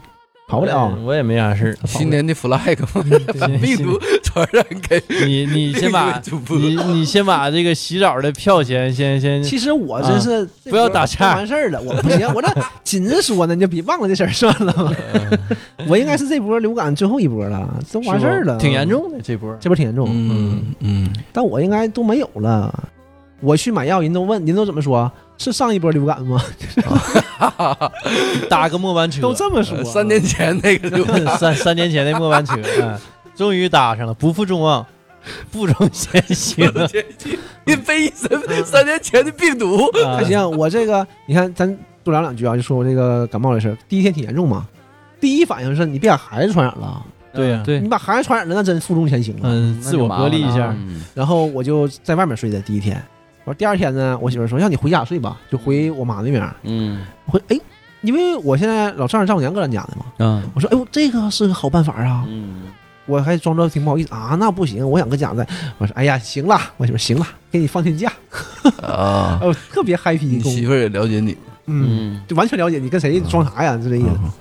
跑不了。
嗯我也没啥事儿。
新 年的 flag 嘛， 把
行
病毒传染给
你你先
另一位
把
主播
你你先把这个洗澡的票钱 先先
其实我真是、
嗯啊不要打岔
就完事儿了。我不行，我这紧着说呢，你就别忘了这事儿算了 吧。我应该是这波流感最后一波了，都完事儿了，
挺严。重的这波。
这波挺严重，
嗯嗯，
但我应该都没有了。我去买药，人都问，人都怎么说？是上一波流感吗？
搭个末班车，
都这么
呃
说。
三年前那 个就
三三年前的末班车，嗯，终于搭上了，不负众望，负重前行。
你背一身三年前的病毒，
啊
还，行，我这个你看，咱多聊两句啊，就说我这个感冒的事儿。第一天挺严重嘛，第一反应是你别把孩子传染了，
对呀
对
你，把孩子传染了，那真负重前行了。
嗯，自我隔离一下，
嗯
然后我就在外面睡的第一天。完第二天呢，我媳妇儿说让你回家睡吧，就回我妈那边儿。
嗯
我说哎，因为我现在老丈人丈母娘搁咱家呢嘛，
啊
我说哎呦这个是个好办法啊，
嗯
我还装作挺不好意思啊，那不行，我想搁家在。我说哎呀行了，我媳妇儿行了，给你放天 假，
啊，
哦，特别 happy
你
一
媳妇儿也了解你，
嗯，
嗯，
就完全了解你跟谁装啥呀，就这意
嗯
思。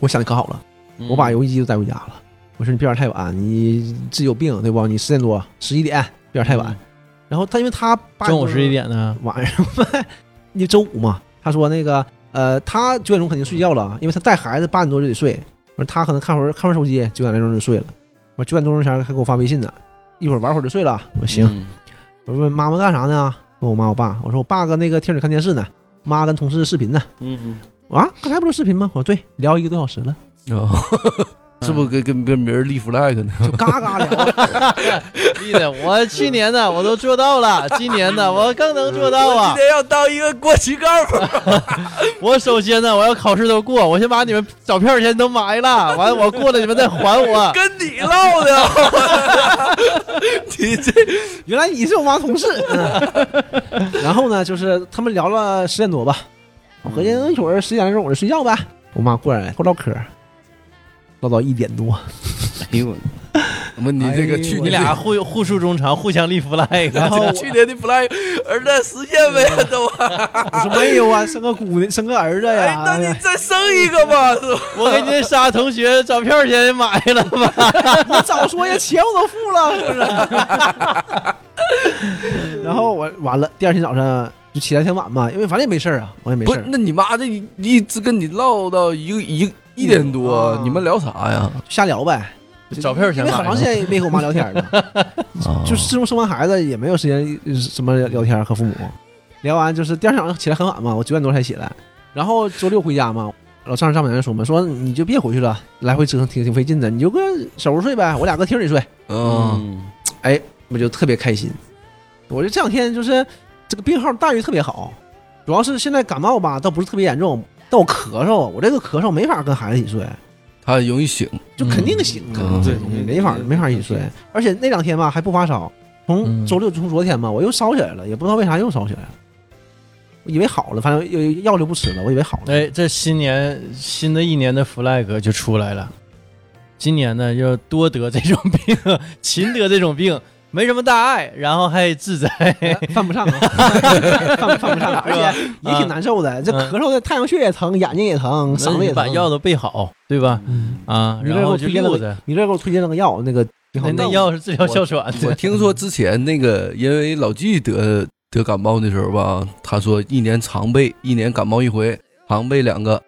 我想的可好了，我把游戏机就带回家了。我说你别玩太晚，你自己有病对不？你十点多十一点别玩太晚。然后他因为他八
嗯中午
多
十一点呢，
晚上呗，你周五嘛，他说那个呃，他九点钟肯定睡觉了，因为他带孩子八点多就得睡。我说他可能看会儿看会儿手机，九点来钟就睡了。我九点多钟前还给我发微信呢，一会儿玩会儿就睡了。我说行，
嗯，
我问妈妈干啥呢？问我妈我爸，我说我爸搁那个厅里看电视呢，妈跟同事视频呢。
嗯，
啊，刚才不是视频吗？我说对，聊一个多小时了，
哦 是不是跟跟跟别人立 flag 呢？
就嘎嘎聊。
丽的，我去年呢我都做到了，今年呢我更能做到啊！
天要当一个国旗干部，
我首先呢，我要考试都过，我先把你们找票钱都埋了，完了我过了你们再还 我。
跟你唠的， 你这
原来你是我妈同事。嗯 然后呢，就是他们聊了十点多吧，我合计一会儿十点来钟我就睡觉呗。我妈过来跟我唠嗑，唠到一点多。
哎呦，
问 你这个去
哎你俩互互诉衷肠，互相立 flag，
然后我
去年的 flag 儿子实现呗，都。
我说没有啊，生个姑娘，生个儿子
啊
哎
呀。，
那你再生一个吧，是吧？
我给你那仨同学找票钱也买了吧？
我早说呀，钱我都 付了，是不是？然后我完了，第二天早上就起来挺晚嘛，因为反正也没事儿啊，我也没
不
事
是
儿，，
那你妈这一一直跟你唠到一个一个一点多，
啊
你们聊啥呀？
瞎聊呗。
找票钱
因为好长时间也没和我妈聊天了，
啊
就是自从生完孩子也没有时间呃什么聊天和父母。聊完就是第二天早上起来很晚嘛，我九点多才起来，嗯然后周六回家嘛。老丈人丈母娘就说嘛，说你就别回去了，来回折腾挺挺费劲的，你就跟小屋睡呗，我俩搁厅里睡。
嗯，
我就特别开心。我就这两天就是这个病号待遇特别好，主要是现在感冒吧，倒不是特别严重，但我咳嗽，我这个咳嗽没法跟孩子一起睡，
他容易醒，
就肯定醒
嗯
啊，
对
没法没法一起睡。而且那两天吧还不发烧，从
嗯
周六从昨天吧我又烧起来了，也不知道为啥又烧起来了，我以为好了，反正又药就不吃了，我以为好了。
哎，这新年新的一年的 flag 就出来了。今年呢，就多得这种病，勤得这种病，没什么大碍，然后还自在。
犯不上啊，犯犯不上啊，而且也挺难受的。这咳嗽的太阳穴也疼，眼睛也疼，嗓子也
你嗯把
疼。
药都备好，对吧？啊，
你这
然
给
后
我
就
推荐了
溜
个
达。
你这给我推荐了个药，那个挺好
那
用的
那药是治疗哮喘
我
的，
听说之前那个，因为老纪得得感冒的时候吧，他说一年常备，一年感冒一回，常备两个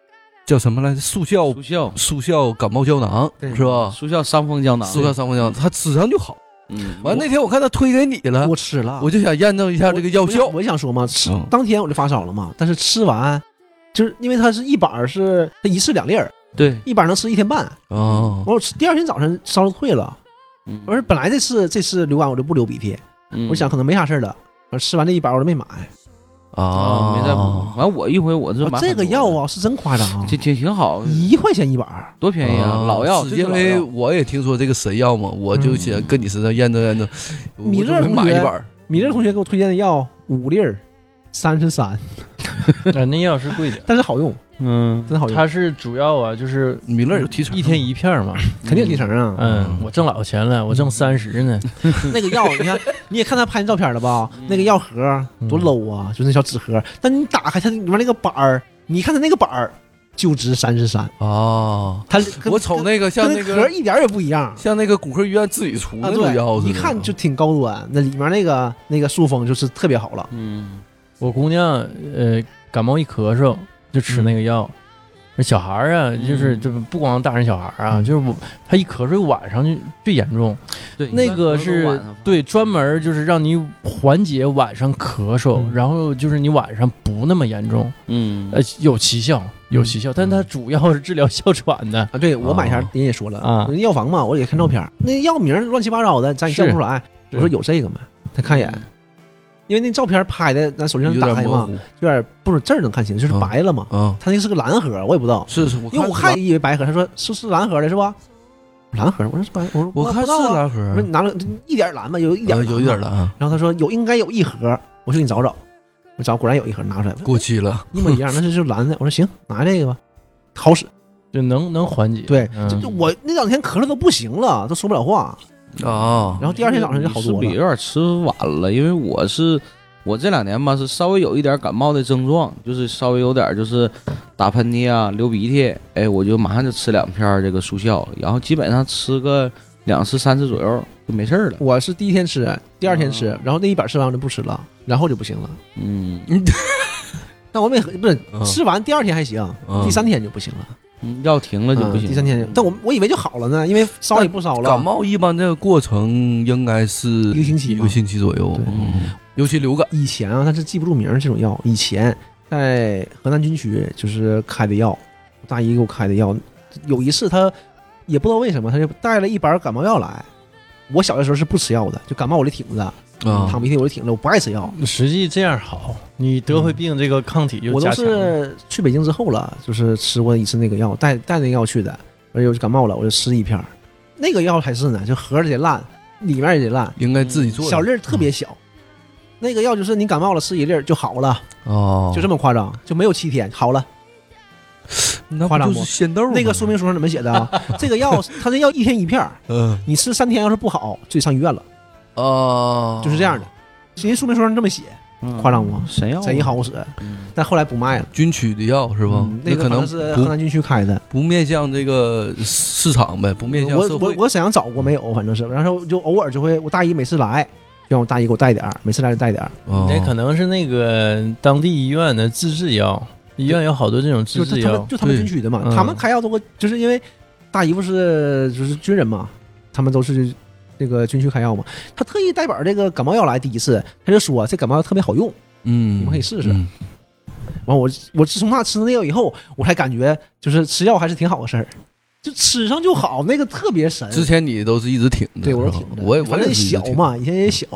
叫什么来着？速效
速效，
速效感冒胶囊
对
是吧？
速效伤风胶囊，
速效伤风胶囊，他吃上就好。
嗯，
完
完
那天我看他推给你了，
我吃了，
我就想验证一下这个药效
我。我想说嘛，吃
嗯
当天我就发烧了嘛，但是吃完就是因为它是一板儿是它一次两粒儿，
对，
一板儿能吃一天半。
啊，
我哦吃第二天早晨烧退了，
嗯
而本来这次这次流感我就不流鼻涕，
嗯
我想可能没啥事儿了。我吃完这一板儿我就没买，
啊
啊，没在乎。完我一回我这
我哦这个药，啊是真夸张啊，
挺挺挺好，
嗯
一哦块钱一板儿，
多便宜啊，老药，
是因为我也听说这个神药嘛，我就想跟你身上验证验证。我
米勒
准备
同
买
学
一板儿，
米勒同学给我推荐的药五粒儿，三十三，
啊那药是贵点儿。
但是好用，
嗯
真好用
它是主要啊，就是
米勒有提成，
一天一片儿嘛。
肯定有提成啊。
嗯，我挣老钱了，我挣三十 呢。
嗯
那个药，你看，你也看他拍的照片了吧？那个药盒多 low 啊，就那小纸盒。但你打开它里面那个板儿，你看它那个板儿就值三十三，
啊。
它跟
我瞅
跟
那个像
跟
那
盒
个
一点儿也不一样啊。
像那个骨科医院自己出那种药似
对，
的，
一看就挺高端。那里面那个那个塑封就是特别好了，
嗯，
我姑娘呃感冒一咳嗽就吃那个药，那
嗯
小孩儿啊，就是
嗯
就不光大人小孩儿啊，就是我他一咳嗽晚上就最严重，
对，
那个是对专门儿就是让你缓解晚上咳嗽，
嗯
然后就是你晚上不那么严重，
嗯
呃有奇效有
嗯
奇效，但它主要是治疗哮喘的。
啊，对我买前
哦嗯
人也说了
啊
人家药房嘛，我也看照片儿，那药名儿乱七八糟的，咱也叫不出来。
是
我说有这个吗？他看一眼，因为那照片拍的，咱手机上
嗯有
打
点
开
模
嘛，
糊
有点不是字儿能看清，就是
啊
白了嘛。
啊。
他那是个蓝盒，我也不知道。
是是，我
因为我看以为白盒，他说是是蓝盒的是吧？蓝盒，我说是白，我说
我看
不知
是
道啊
蓝盒，
我说你拿了一点蓝吧，有一点、
啊有一点。蓝，
然后他说有应该有一盒，我说你找找，我找果然有一盒拿出来，
过期了。
一模一样，那是就蓝 的。我说行，拿这个吧，好
嗯
使。
就能能缓解。
对
嗯
就就我那两天咳嗽都不行了，都说不了话。
啊
然后第二天早上就好多
哦比有
了。
点吃晚了，因为我是我这两年吧是稍微有一点感冒的症状，就是稍微有点就是打喷嚏啊、流鼻涕，哎，我就马上就吃两片儿这个速效，然后基本上吃个两次、三次左右就没事儿了。
我是第一天吃，第二天吃
啊，
然后那一板吃完我就不吃了，然后就不行了。
嗯，
但我没喝不是
嗯
吃完第二天还行，
嗯
第三天就不行了，
嗯药停了就不行。
嗯第三天就，但我我以为就好了呢，因为烧也不烧了。
感冒一般这个过程应该是
一个星期
一
吧
个星期左右
对，
嗯尤其流感
以前啊，它是记不住名儿这种药，以前在河南军区就是开的药，大姨给我开的药，有一次他也不知道为什么，他就带了一板感冒药来。我小的时候是不吃药的，就感冒我就挺着，
啊
淌鼻涕我就挺着，我不爱吃药。
实际这样好，你得回病这个抗体就
我都
加强了。
是去北京之后了，就是吃过一次那个药，带带那个药去的，而且我就感冒了，我就吃一片儿。那个药才是呢，就盒儿得烂，里面也得烂，
应该自己做
小粒儿特别小。那个药就是你感冒了吃一粒儿就好了，
啊，
就这么夸张，就没有七天好了。
哦那
夸
不
张
就是
不
仙豆吗
那个说明书上怎么写的啊？ 这个药它这药一天一片儿，
嗯
你吃三天要是不好就得上医院了，
啊，
就是这样的。人家说明书上这么写，
嗯
夸张吗
神药啊
贼好使，
嗯
但后来不卖了。
军区的药是吧
嗯？那
那
个
可
好
能
像是河
不
南军区开的，
不面向这个市场呗，不面向
我
社
我
会。
我沈阳找过没有，反正是，然后就偶尔就会，我大姨每次来，让我大姨给我带点儿，每次来就带点儿。
哦
那可能是那个当地医院的自制药，医院有好多这种
就
自
他
制
他们
药，
就他们
对
军区的嘛，
嗯
他们开药都会就是因为大姨夫是就是军人嘛，他们都是那个军区开药嘛。他特意带本儿这个感冒药来，第一次他就说这感冒药特别好用。
嗯，
你们可以试试
嗯
完我我自从那吃那药以后，我才感觉就是吃药还是挺好的事儿，就吃上就好，那个特别神。
之前你都是一直挺着，
哎对我
是
是
吧
挺着，
我也我
反正
也是一直
小
挺着，嗯
嘛，以前也小，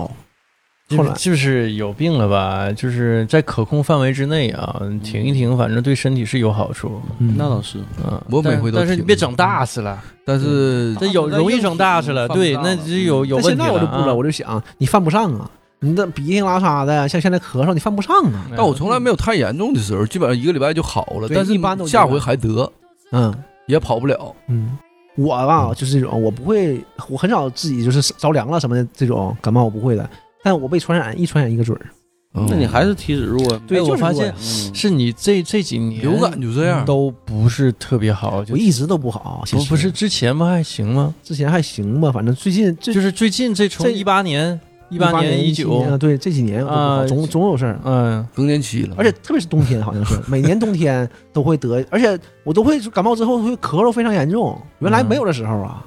就
后
是
来
就是有病了吧，就是在可控范围之内啊，
嗯
停一停，反正对身体是有好处。
那倒是，
嗯，
我每回都
但但是你
停
别整大事了，
但是
这有容易整大事了，
放不
对，
大
那
了
就有有
但现
问题
在我就不了，
啊
我就想你犯不上啊，你这鼻涕拉碴的，像现在咳嗽你犯不上
嗯
啊。
但我从来没有太严重的时候，基本上一个礼拜就好了。
对
但是
一般都
下回还得，
嗯
也跑不了。
嗯，我吧就是这种，我不会，我很少自己就是着凉了什么的这种感冒我不会的，但我被传染一传染一个准儿。
嗯
那你还是体脂弱呀。
对，
哎
就是
我发
弱呀
现是你这这几年
流感就这
嗯
样，
都不是特别好，就
我一直都不好，其
不
实
不是之前不还行吗？
之前还行吧，反正最近这
就是最近这从
这
一八年、一
一
八
年
一
17年
九
啊，对这几年我都不好
啊
总总有事儿。
嗯，
更年期了，
而且特别是冬天，好像是每年冬天都会得，而且我都会感冒之后会咳嗽非常严重，原
嗯
来没有的时候啊、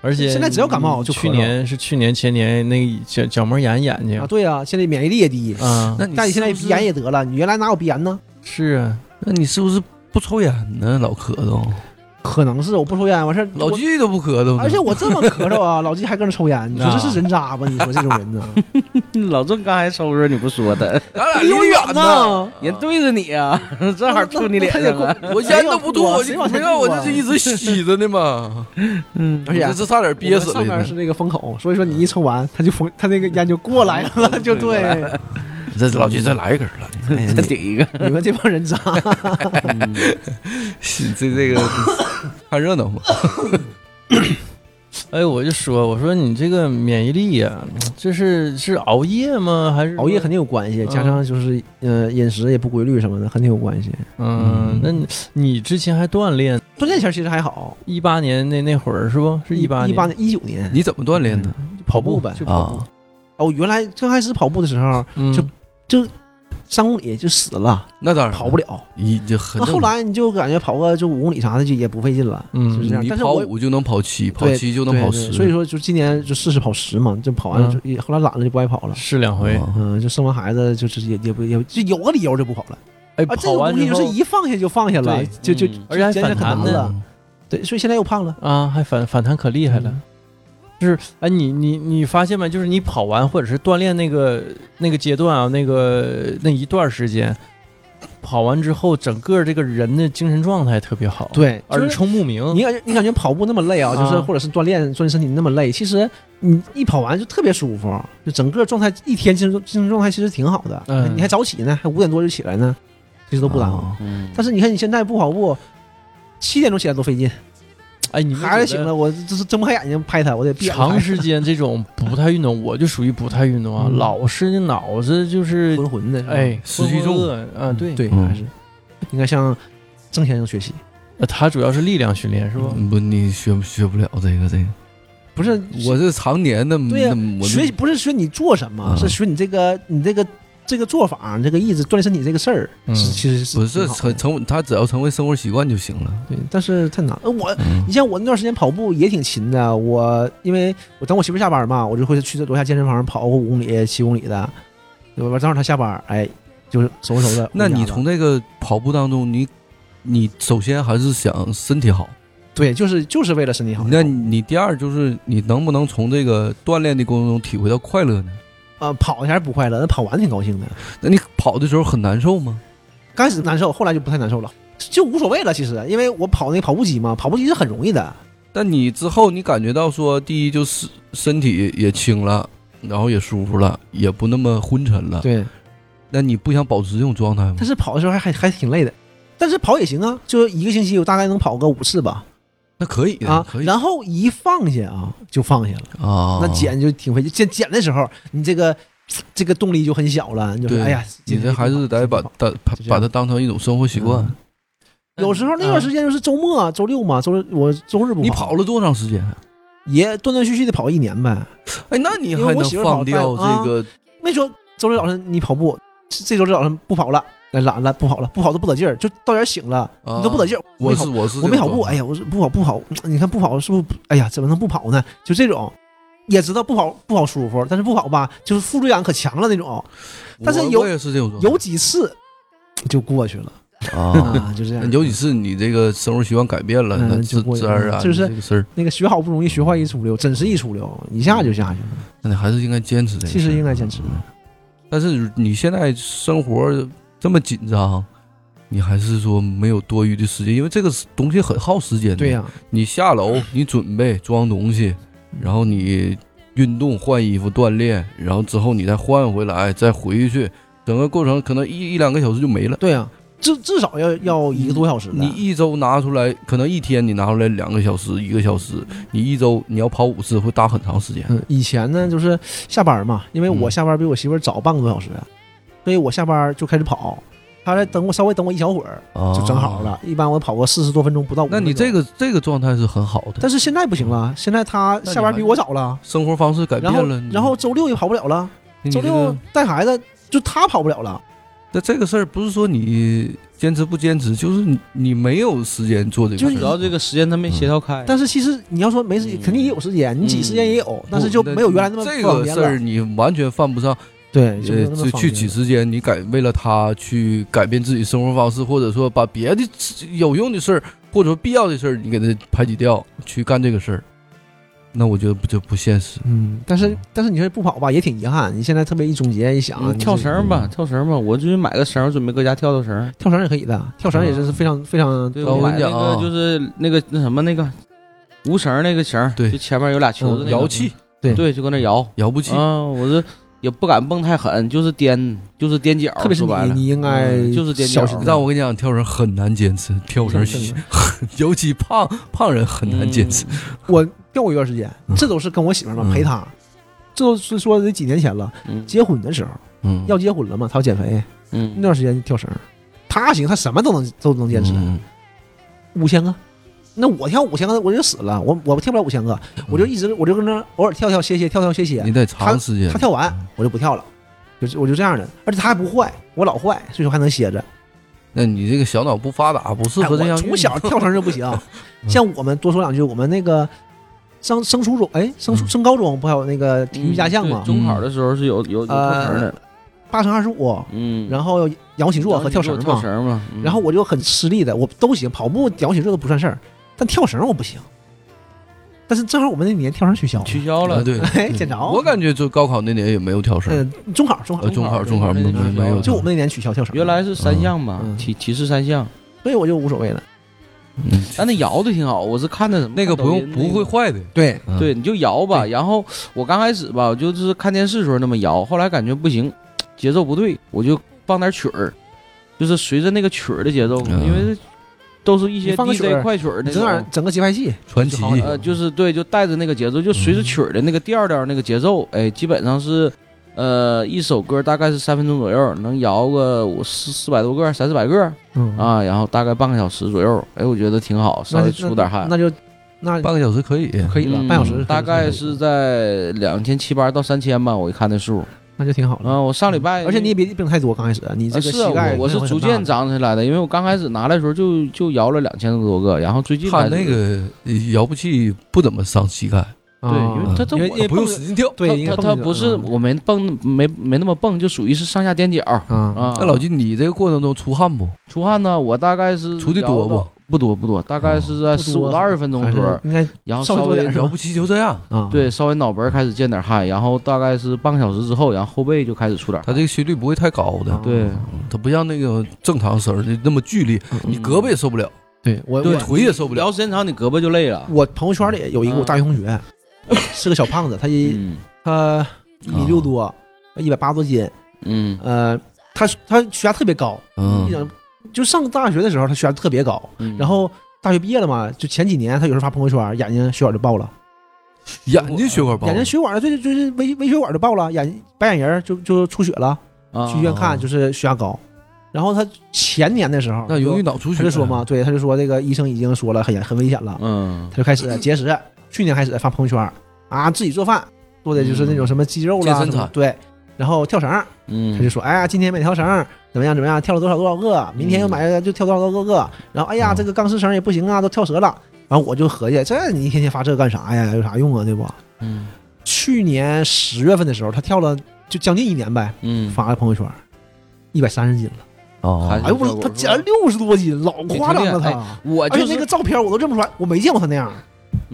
而且
现在只要感冒就咳
去年是去年前年那个角角膜炎眼睛
啊，对啊，现在免疫力也低，
啊，
那你
但你现在
是不是
鼻炎也得了，你原来哪有鼻炎呢？
是啊，
那你是不是不抽烟呢？老咳嗽，
可能是我不抽烟完事儿，
老
我
纪都不咳嗽呢，
而且我这么咳嗽 啊，老纪还搁那抽烟，你说这是人渣吧？你说这种人 呢？
老郑刚才收拾你不说的，
咱俩
离
离
我
我
远
远呢。
呢，
人对着你啊， 正好吐你脸上 了。
啊我烟都不吐，我
谁
就
往
没
前
让我
吐啊
这是一直吸着 呢嘛，
嗯，
而且
我这差点憋死
我
了
们上面
呢
是。那个风口，所以说你一抽完，他就风，他那个烟就过来 了，就对。
这老纪再来一 根儿了，
再顶一个，
你们这帮人渣，
这这个 看热闹嘛。
哎，我就说，我说你这个免疫力呀、这是是熬夜吗？还是
熬夜肯定有关系，加上就是呃饮食也不规律什么的，肯定有关系。
嗯？那你你之前还锻炼？
锻炼前其实还好，
一八年那那会儿是不？是八
一
年？
八年一九年
你怎么锻炼的？
跑步呗
就跑步
啊，
哦，原来刚开始跑步的时候
嗯
就三公里就死了，
那当然
跑不
了，
了。
你这很
那
正
后
常。
来你就感觉跑个就五公里啥的就也不费劲了。就是这
嗯
样
你
但是
跑
我
五就能跑七，跑
对
七就能
对
跑
对
十，
所以说就今年就试试跑十嘛，就跑
嗯
完了就、后来懒了就不爱跑了。
是两回。
啊
嗯，就生完孩子就直接也不也就有个理由就不跑了
哎，
啊。这
跑
种
完
东西
之
就是
后
一放下就放下了，就
对
就
嗯
而且还
简直
反
可难了
弹呢。
嗯
对，所以现在又胖了。
啊，还反反弹可厉害了
嗯。
就是哎，你你你发现没？就是你跑完或者是锻炼那个那个阶段啊，那个那一段时间，跑完之后，整个这个人的精神状态特别好，，
对，
耳
就是
聪目明。
你感觉你感觉跑步那么累啊，就是
啊
或者是锻炼锻炼身体那么累，其实你一跑完就特别舒服，就整个状态一天精神精神状态其实挺好的。
嗯哦
你还早起呢，还五点多就起来呢，其实都不耽误。
啊
但是你看你现在不跑步，七点钟起来多费劲，
哎，你们
孩子
觉
醒
得
了，我这是睁不开眼睛拍他，我得闭眼
长
拍
时间这种不太运动，我就属于不太运动啊，
嗯
老是脑子就是
浑浑的，是吧
哎，
失去
浑
重
浑噩噩啊，对
对，
嗯
还是应该向郑先生学习。
呃他主要是力量训练是吧？
嗯不，你学学不了这个这个。
不是
嗯我这常年的，
对呀
那么我
学不是学你做什么，
啊
是学你这个你这个这个做法，你这个意志锻炼身体这个事儿，
嗯
是其实是
不是
挺好
成
的
成，他只要成为生活习惯就行了。
对，但是太难。呃我
嗯
你像我那段时间跑步也挺勤的，我因为我等我媳妇下班嘛，我就会去楼下健身房跑个五公里、七公里的，对吧？完正好她下班，哎，就是收拾收拾。
那你
回家了
从这个跑步当中，你你首先还是想身体好，
对，就是就是为了身体好。
那你第二就是你能不能从这个锻炼的过程中体会到快乐呢？
呃跑一下不快乐，那跑完挺高兴的。
那你跑的时候很难受吗？
刚开始难受，后来就不太难受了，就无所谓了。其实，因为我跑那个跑步机嘛，跑步机是很容易的。
但你之后你感觉到说，第一就是身体也轻了，然后也舒服了，也不那么昏沉了。
对，
那你不想保持这种状态吗
但？是跑的时候还还还挺累的，但是跑也行啊，就一个星期我大概能跑个五次吧
那可以的
啊
可。以
然后一放下啊，就放下了。
啊，
那减就挺费劲，减减的时候，你这个这个动力就很小了，你就是
对
哎呀，
你这还是得把
今天
它把
就这样
把它当成一种生活习惯。
嗯
嗯
啊有时候那段时间就是周末、周六嘛，周日我周日不
你跑了多长时间？啊
也断断续续的跑一年呗，
哎，那你
因为
还
我
能
媳妇儿
放
跑
掉
单啊
这个？
没说周六早晨你跑步，这周六早晨不跑了，哎懒了不跑了，不跑都不得劲儿，就到点儿醒了，
啊
你都不得劲儿。
我
没跑
是我是
我没跑
这种
步，哎呀，我说不跑不跑，你看不跑是不是？哎呀，怎么能不跑呢？就这种，也知道不跑不跑舒服，但是不跑吧，就是负罪感可强了那种。但是
我
有
我也是这种状
有几次就过去了
态 啊。
啊，就这样。
有几次你这个生活习惯改变了，
嗯
那
就
自
过瘾
自然而然
就是
这个事儿，
那个学好不容易，学坏一出溜，真是一出溜，一下就下去了。
那你还是应该坚持这个。啊
其实应该坚持的，
嗯但是你现在生活这么紧张，你还是说没有多余的时间，因为这个东西很耗时间的。
对呀、
你下楼，你准备装东西，然后你运动、换衣服、锻炼，然后之后你再换回来，再回去，整个过程可能一一两个小时就没了。
对呀、至至少要要一个多小时
你
的。
一周拿出来，可能一天你拿出来两个小时、一个小时，你一周你要跑五次，会搭很长时间。
嗯，以前呢就是下班嘛，因为我
嗯
下班比我媳妇儿早半个多小时，啊所以我下班就开始跑，她再等我稍微等我一小会儿
啊
就整好。了。一般我跑个四十多分钟不到。
那你这，个这个状态是很好的，
但是现在不行了，现在她
那你
下班
还
比我早了，
生活方式改
然后
变了。你
然后周六也跑不了了，
你
周
这个
六带孩子就她跑不了了。
那这个事儿不是说你坚持不坚持，就是你你没有时间做这个事
就
儿。
是
主要这个时间他没协调
嗯
开，
嗯但是其实你要说没时间，
嗯
肯定也有时间，你挤时间也有，但是就没有原来那么
这
方
个
便
事
了。
儿，你完全犯不上。
对，就没
呃
有那，么
去
方
去
便
挤
了
时间，你改为了他去改变自己生活方式，或者说把别的有用的事儿，或者说必要的事儿，你给它排挤掉，去干这个事儿，那我觉得不就不现实。
嗯，但是但是你说不跑吧，也挺遗憾。你现在特别一总结一想，
嗯
你
跳绳儿吧，
嗯
跳绳儿吧，我就买个绳儿，准备搁家跳跳绳儿。
跳绳也可以的，跳绳也真是非常非常
嗯对，
我
我
跟
买
你
那
讲啊
个就是那个那什么那个无绳儿那个绳儿，
对
就前面有俩球
嗯
子那个，
摇气，
对，就搁那摇。
摇不起，
啊，我这也不敢蹦太狠，就是颠，就是踮脚，
特别是
说
你
白，了
你应该
嗯就是踮
小
脚
心
但我跟你讲，跳绳很难坚持，跳绳
真的
尤其胖胖人很难坚持。。
我跳过一段时间，这都是跟我媳妇儿嘛
嗯
陪她，这都是说得几年前了，
嗯，
结婚的时候
嗯，
要结婚了嘛，她要减肥，
嗯，
那段时间跳绳，她行，她什么都能都能坚持，
嗯
五千个。那我跳五千个，我就死了，我我跳不了五千个，
嗯
我就一直我就跟那偶尔跳跳歇歇，跳跳歇歇
你。得长时间
他。跳完
嗯
我就不跳了，就是我就这样的，而且他还不坏，我老坏，所以说还能歇着。
那你这个小脑不发达，不适
哎
合这
我
样。，
从小跳绳就不 行
嗯
像我们多说两句，我们那个升升初中，哎，升初
嗯
升高中不还有那个体育加项吗
嗯对？中考的时候是有有有跳绳的，
八乘二十五，
嗯，
呃然后仰卧起坐和
跳
跳绳
跳
嘛。
绳嘛，嗯
然后我就很吃力的，我都行，跑步、仰卧起坐都不算事儿，但跳绳我不行。但是正好我们那年跳绳取消了，
取嗯消了，
对，
哎，见着
我感觉就高考那年也没有跳绳，
嗯，中考中考
呃，，中考中考没
哦中考
没没有，
就我们那年取消跳绳，
原来是三项吧
嗯，
体体式三项，
所以我就无所谓了。
嗯
但那摇的挺好，我是看的什么
那个不
抖
用
音
不会坏的。
对，
嗯
对，你就摇吧。然后我刚开始吧，我就是看电视时候那么摇，后来感觉不行，节奏不对，我就放点曲儿，就是随着那个曲儿的节奏，
嗯
因为都是一
你
些
放个曲
DJ
儿
快曲儿那
整点
种。
整个节拍器，
传奇
就
嗯
好呃，就是对，就带着那个节奏，就随着曲儿的那个调调、那个节奏，哎，基本上是，呃，一首歌大概是三分钟左右，能摇个五四四百多个、三四百个
嗯
啊，然后大概半个小时左右，哎，我觉得挺好，稍
那
微
就
出点汗。
那就那
半个小时可以。
可以了，
嗯
半小时可以
大概是在两千七八到三千吧，我一看那数。
那就挺好了。
啊，我上礼拜，
嗯而且你也别不用太多，刚开始你这
呃
个
是啊
膝盖
我我是
会很
逐
大
渐
的
长起来的，因为我刚开始拿来的时候就就摇了两千多个，然后最近
他
才
那个摇步器不怎么伤膝盖，
对，因为
啊
它它
因为
我
也不用使劲跳。
对，应该
它它
蹦啊
它
起来
不是
嗯
我没蹦没没那么蹦，就属于是上下踮脚啊。
啊，
那老金，你这个过程中出汗不？
出汗呢，我大概是
出的多不
摇到？不多不多，大概是在
不
十
多
五到二十分钟
啊还是
左右，
应该
然后
稍微
稍
多
微
点是吧
摇步器就这样，
啊，
对稍微脑门儿开始见点汗，然后大概是半个小时之后，然后后背就开始出点
它
汗。
这个心率不会太高
啊
的，
对，
它不像那个正常绳儿的那么剧烈，你
嗯
胳膊也受不了，
对，我
你
我
腿也受不了。
聊时间长，你胳膊就累了。
我朋友圈里有一个我大学同学，是个小胖子，他一
嗯
他一米六多，一百八多斤，
嗯
呃，他他血压特别高，
嗯
一点就上大学的时候他血压特别高，
嗯，
然后大学毕业了嘛，就前几年他有时候发朋友圈，眼睛血管就爆了。
眼睛血管爆
眼，睛血管儿对，就是微微血管儿就爆了，眼白眼仁儿就就出血了，
啊
哦
去医院看就是血压高。然后他前年的时候，
那容易脑出
他
血。
嗯
就说嘛，对，他就说这个医生已经说了很严很危险了，
嗯
他就开始节食，去年开始发朋友圈儿啊，自己做饭，做的就是那种什么鸡肉啦，
健身
什么
餐
对，然后跳绳儿，他就
嗯，
说，哎呀，今天买条绳儿怎么样怎么样，跳了多少多少个，明天又买了
嗯
就跳多少多少个，然后哎呀，
嗯
这个钢丝绳也不行啊，都跳折了。然后我就合计，这你一天天发这干啥呀？有啥用啊？对不？
嗯
去年十月份的时候，他跳了就将近一年呗，
嗯，
发了朋友圈，一百三十斤了。
啊
还
哎呦我，他减了六十多斤，老夸张了他。
我
而
哎啊
且哎那
就是嗯
个照片我都认不出来，我没见过他那样。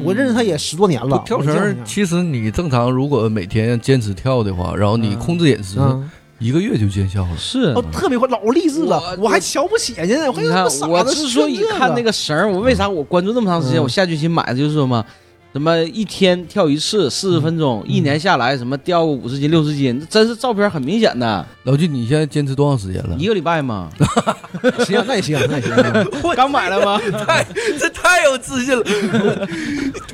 我认识他也十多年了，
跳
我没见
绳
过
儿
他那样
其实你正常如果每天坚持跳的话，然后你
嗯
控制饮食，
嗯，
一个月就见效了。
是
哦，，特别快，老励志了，
我
我还瞧不起人家，我还
你
有
看
么傻
我
子
之所以
这
看那
个，
个绳儿，我为啥我关注这么长时间？
嗯
我下决心买的就是什么，什么一天跳一次四十分钟，
嗯
一年下来什么掉个五十斤六十斤，真是照片很明显的，
老季，你现在坚持多长时间了？
嗯
一个礼 拜嘛，
行，那也行，那也 行。
刚买了吗？
太这太有自信了！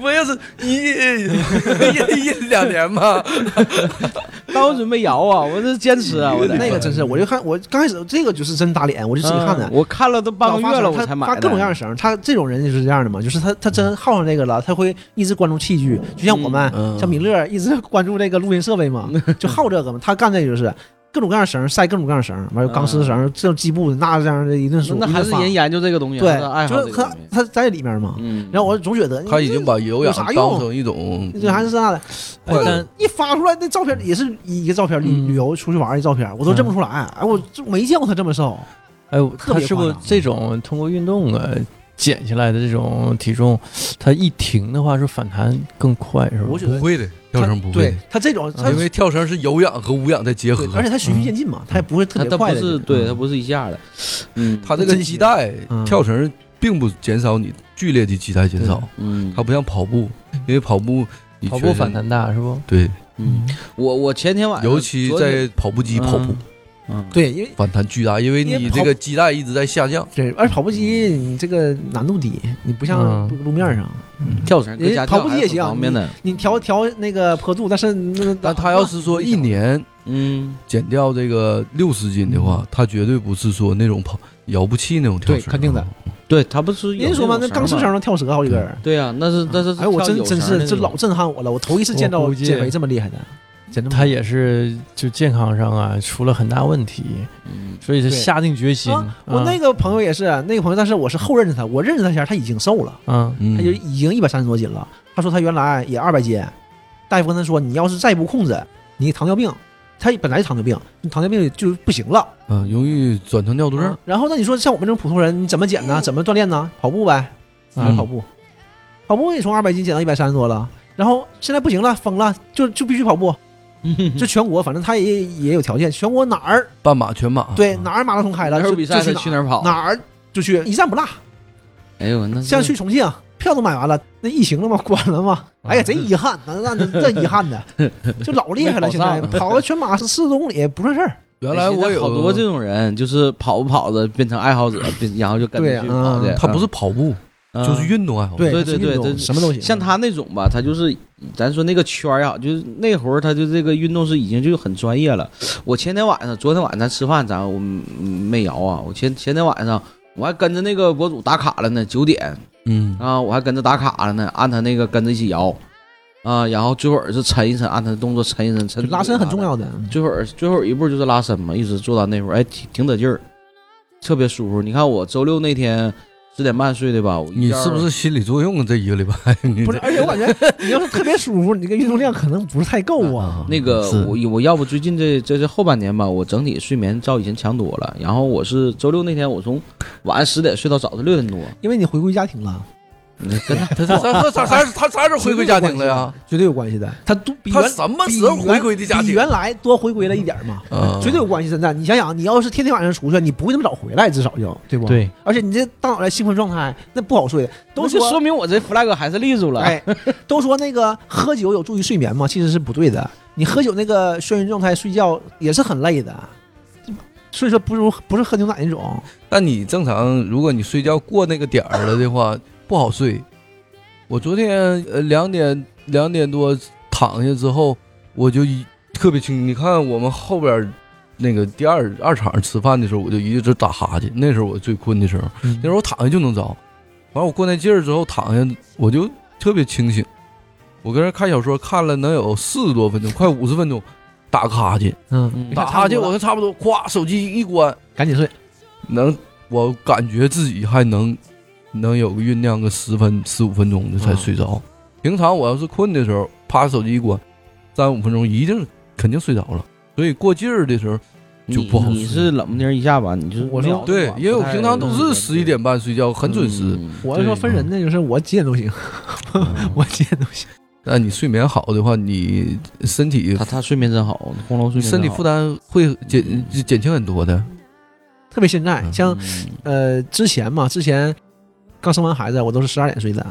我要是一一一两年吧，
当我准备摇啊，我这坚持啊，我得
那个真是，我就看我刚开始这个就是真打脸，我就自己看的
嗯。我看了都半个
老发
月
绳
了，
他
我才买
发
的
各种样的绳儿，他这种人就是这样的嘛，就是他他真好上这个了，他会一直关注器具，就像我们、
嗯嗯
像米勒一直关注那个录音设备 嘛，就好这个嘛。他干这个就是各种各样的绳儿，晒各种各样的绳儿，完了钢丝绳儿，这种机布那这样的一顿说，
嗯那
一
还
顿
是
发
人研究这个东西，还是爱
对，就
好这
是
个
他
东
他
西。
在里面嘛。
嗯，
然后我总觉得
他已经把有
有
氧
啥
当
用？
成一种
这还是啥的，
哎但
一发出来那照片也是一个照片，旅
嗯
旅游出去玩儿一照片，我都认不出来。哎，我就没见过他这么瘦。
哎，
特
他
别嗯
是不
夸
是
张
这种通过运动啊减下来的这种体重，他一停的话是反弹更快，是吧？
我觉得
会的，
他
跳绳不会
对，他这种，他
因为跳绳是有氧和无氧在结合
嗯
对，，而且它循序渐进嘛，它也不会特
他
别
他
快
不
的。
是对他不是一下的，嗯，
它这个
真
基带
嗯
跳绳并不减少你剧烈的基带减少，
嗯
它不像跑步，因为跑步你
跑
全
步
身
反弹大是不？
对，
嗯，我我前
哎
天晚上
尤其
昨天
在跑步机跑步
嗯嗯
对，因为
反弹巨大，因为你这个基带一直在下降，
对，而跑步机你这个难度低，你不像
嗯
路面上，
跳绳搁家
人家跑
跳
步机
还
也
是
行啊
很方便的，
你调调那个坡度，但是那
但他要是说一年
嗯，
减掉这个六十斤的话，他绝对不是说那种跑遥不器那种跳
嗯对，
绳，
肯定的。。
对他不是有
人家说嘛，那
种
钢丝
绳
绳
吗，
能跳折好几根儿。
对呀，那嗯是那是
哎，我
跳
真
有
真
绳
是
的
这
那
老
种
震撼我了，我头一次见
我
到
估计
减肥这么厉害的，真的吗。
他也是就健康上啊出了很大问题，
嗯
所以他
对
下定决心。
啊我那
个
个朋友也是，啊那个朋友，但是我是后认识他，我认识他前他已经瘦了，
嗯
嗯
他就已经一百三十多斤了。他说他原来啊也二百斤，大夫跟他说，你要是再不控制，你糖尿病，他本来就糖尿病，你糖尿病就不行了。
啊，容易转成尿毒症
啊。然后那你说像我们这种普通人，你怎么减
嗯
呢？怎么锻炼呢？跑步呗，
嗯
还是跑步，跑步也从二百斤减到一百三十多了。然后现在不行了，疯了，就就必须跑步。
嗯
就全国，反正他也也有条件，全国哪儿
半马、全马，
对哪儿马拉松开了，
待会
就
儿比赛
就
他
去
去
哪
啊
儿
哪儿跑？
哪儿就去，一站不落。
哎呦，那
像去重庆，票都买完了，那疫情了 嘛，关了嘛，
啊
哎呀，贼遗憾，那那那这遗 憾的，就老厉害了。现在
没跑
跑个全马是四十多公里不算事儿，
原来我有
好多这种人，就是跑不跑的变成爱好者，变然后就跟
对
着去跑
嗯
的。
他不是跑步，
嗯
就是运动爱好。
对
它是
对
运动
对
什么都行。
像他那种吧，他就是咱说那个圈儿啊，就是那会儿他就这个运动是已经就很专业了。我前天晚上，昨天晚上咱吃饭，咱我们没摇啊，我前前天晚上。我还跟着那个博主打卡了呢，九点
嗯，
啊，我还跟着打卡了呢，按他那个跟着一起摇，啊，然后最后是抻一抻，按他的动作抻一抻，抻
拉伸很重
要。
要的，
最后最后一步就是拉伸嘛，一直做到那会儿，哎，挺挺得劲儿，特别舒服。你看我周六那天十点半睡的吧，我一
你
觉儿
是不是心理作用啊？这一个礼拜， 你
不是，
这
而且我感觉你要是特别舒服，你这个运动量可能不是太够啊。
那个我我要不最近这这这后半年吧，我整体睡眠照以前强多了。然后我是周六那天，我从晚上十点睡到早上六点多，
因为你回归家庭了，
跟
他他他啥啥他啥时候回归家庭了呀？
绝对有关系的。他都比原
他什么时候回归的家
比
庭？
原来多回归了一点儿嘛，
嗯
绝对有关系。真的，你想想，你要是天天晚上出去，你不会那么早回来，至少就对不？。
对，
而且你这大脑袋兴奋状态，那不好睡。都
都是
说
说明我这 flag 还是立住了。
哎，都说那个喝酒有助于睡眠嘛，其实是不对的。你喝酒那个眩晕状态睡觉也是很累的，所以说不如不是喝牛奶那种。
那你正常，如果你睡觉过那个点儿了的话，不好睡。我昨天呃两点两点多躺下之后，我就一特别清。你看我们后边儿那个第二二场吃饭的时候，我就一直打哈欠，那时候我最困的时候，那时候我躺下就能着。完了我过那劲儿之后躺下，我就特别清醒。我跟人看小说看了能有四十多分钟，快五十分钟，打哈欠，
嗯，
打哈欠，我看差不多，咵，手机一关，
赶紧睡。
能，我感觉自己还能能有个酝酿个十分十五分钟的
嗯
才睡着。平常我要是困的时候，啪手机一关，三五分钟一定肯定睡着了。所以过劲儿的时候，就不好
你你
睡
是冷不丁一下吧？你就是
我说
秒
对，因为我平常都是十一点半睡觉，很准。
不
时
太。嗯
我是说分人的，就是我几点都行， 我几点都行。
那你睡眠好的话，你身体
他他睡眠真好，红楼睡眠
身体负担会减减轻很多的。
特别现在，像
担，嗯
呃之前嘛，之前刚生完孩子，我都是十二点睡的，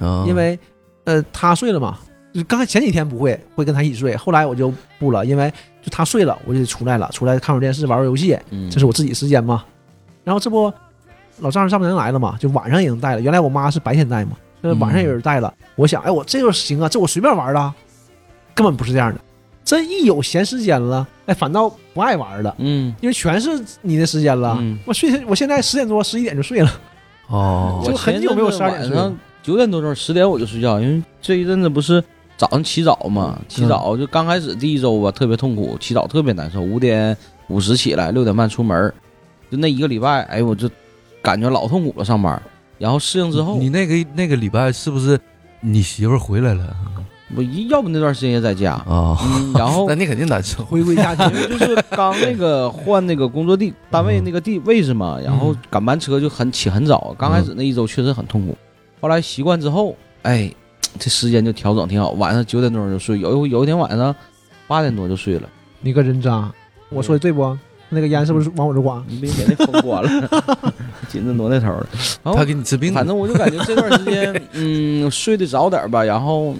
啊，
因为呃他睡了嘛，就是刚开前几天不会，会跟他一起睡，后来我就不了，因为就他睡了，我就得出来了，出来看会儿电视，玩会儿游戏，
嗯
这是我自己时间嘛。然后这不老丈人丈母娘来了嘛，就晚上也能带了。原来我妈是白天带嘛，那晚上有人带了。我想，哎，我这就行啊，这我随便玩了，根本不是这样的。真一有闲时间了，哎，反倒不爱玩了，
嗯
因为全是你的时间了。
嗯
我睡，我现在十点多、十一点就睡了。
哦
就，很久没有12点睡了
上九点多钟、十点我就睡觉，因为这一阵子不是早上起早嘛，
嗯
起早就刚开始第一周吧，特别痛苦，起早特别难受，五点五十起来，六点半出门儿，就那一个礼拜，哎，我就感觉老痛苦了上班儿。然后适应之后，
你那个那个礼拜是不是你媳妇儿回来了
我一要不那段时间也在家，
啊？
嗯 然后
那你肯定难受。
回归家 庭，
因为就是刚那个 换那个工作地单位那个地位置嘛，然后赶班车就很起很早，刚开始那一周确实很痛苦，后来习惯之后，哎，这时间就调整挺好，晚上九点钟就睡，有一回有一天晚上八点多就睡了，
你个人渣！我说的对不？那个烟是不是往我这刮？
你别给那风 关了，紧着挪那头了。然
他
后
给你治病了
反，正我就感觉这段时间， 嗯，睡得早点吧，然后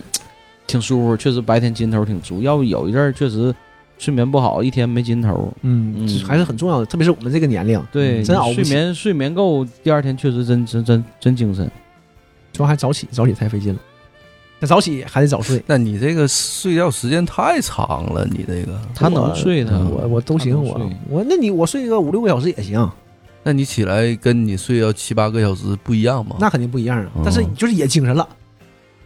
挺舒服，确实白天劲头挺足，要不有一阵儿确实睡眠不好，一天没劲头。
嗯，
嗯
这还是很重要的，特别是我们这个年龄，
嗯
对，
真
你
熬不
睡
起
眠睡眠够，第二天确实真真真真精神。
主要还早起，早起太费劲了。那早起还得早睡，
那你这个睡觉时间太长了，你这个，
他能睡的，
嗯
我我都行，
嗯他能
我
睡
我那你我睡个五六个小时也行，
那你起来跟你睡觉七八个小时不一样吗？
那肯定不一样啊
哦。
但是就是也精神了，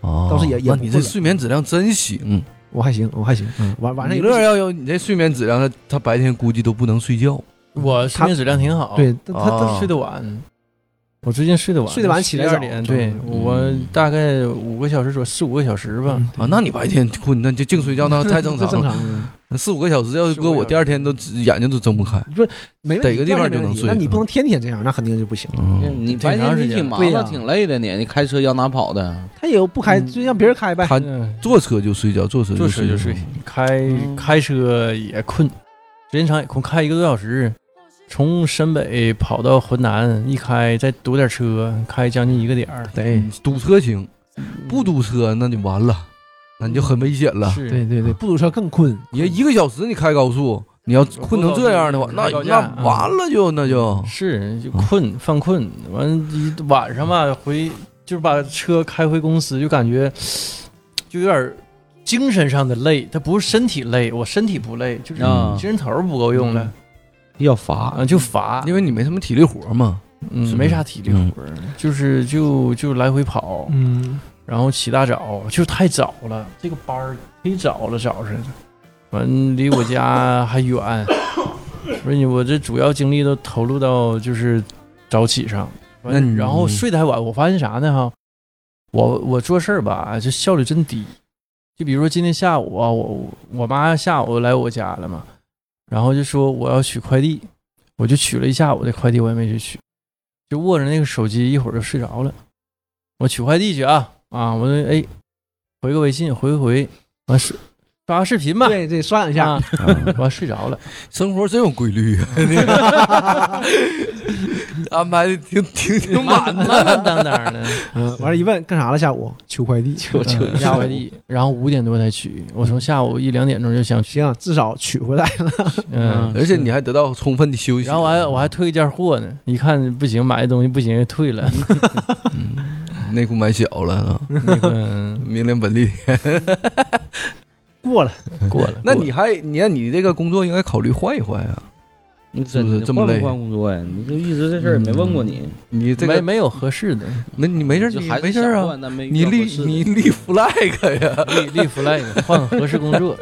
哦
倒是也也
哇
不
你
困
这
了
睡眠质量真行。
我还行，我还行。嗯，晚晚上
米
也
勒要有你这睡眠质量，他他白天估计都不能睡觉。
我睡眠质量挺好，
对，他他
哦
他
睡得晚。我最近睡得晚，
睡得晚起来早
12点，对
嗯
我大概五个小时左右，四五个小时吧。
嗯
嗯
啊，那你白天困，那就净睡觉，那太正
这
常
正
了。
常，
那四五个小时，要是搁我，第二天都眼睛都睁不开。
没问题
逮个地方就
没问
能
题
睡
那你不能天天这样，那肯定就不行。
嗯，
你白天你挺忙
对呀
的，挺累的，你你开车要哪跑的？
他也有不开，
嗯
就让别人开呗。
他
嗯
坐车就睡觉，坐车
坐车
睡
就睡，开
嗯
开车也困，时间长也困，开一个多小时，从深北跑到浑南，一开再堵点车，开将近一个点儿。
对
嗯堵车行，不堵车那你完了，那你就很危险了。
是，
对对对，不堵车更困。
你要一个小时你开高速，你要困成这样的话，那
高
那
架嗯
完了就那就。
是就困犯困，完一晚上吧回就是把车开回公司，就感觉就有点儿精神上的累，它不是身体累，我身体不累，就是
啊
精神头儿不够用了，
比较乏，
啊就乏，
因为你没什么体力活嘛，
嗯
是
没啥体力活儿，就是就就来回跑，
嗯，
然后起大早，就是太早了，这个班儿忒早了，早晨，完离我家还 远，不是你我这主要精力都投入到就是早起上，
那
完
你
然后睡得还晚，我发现啥呢哈，我我做事儿吧，这效率真低，就比如说今天下午啊，我我妈下午来我家了嘛，然后就说我要取快递，我就取了一下午的快递，我也没去取，就握着那个手机一会儿就睡着了。我取快递去啊啊！我说哎，回个微信，回回，完睡刷个视频吧，
对对，刷两下
啊， 完睡着了。
生活真有规律啊， 安排的挺挺挺 满
慢
的。
慢当当的，
嗯完了，一问干啥了？下午取快递，嗯取
我取下快。递，然后五点多才取，我从下午一两点钟就想去，
行，至少取回来了。
嗯，
而且你还得到充分的休息。
然后我还我还退一件货呢，一看不行，买的东西不行，退了。
内裤买小了啊，
那个
明年本 地。
过了，
过了，
那你还你看你这个工作应该考虑换一换啊。
你
是
真
不是
的
这么
换
累
不换工作呀？你就一直这事儿也没问过你，
你这
没
个
没有合适的，
那你嗯没事儿，
就
你
还是
没事儿
想
啊，
换，但没遇
你
到合
立
适的
你立 flag 呀，
立立 flag，换个合适工作，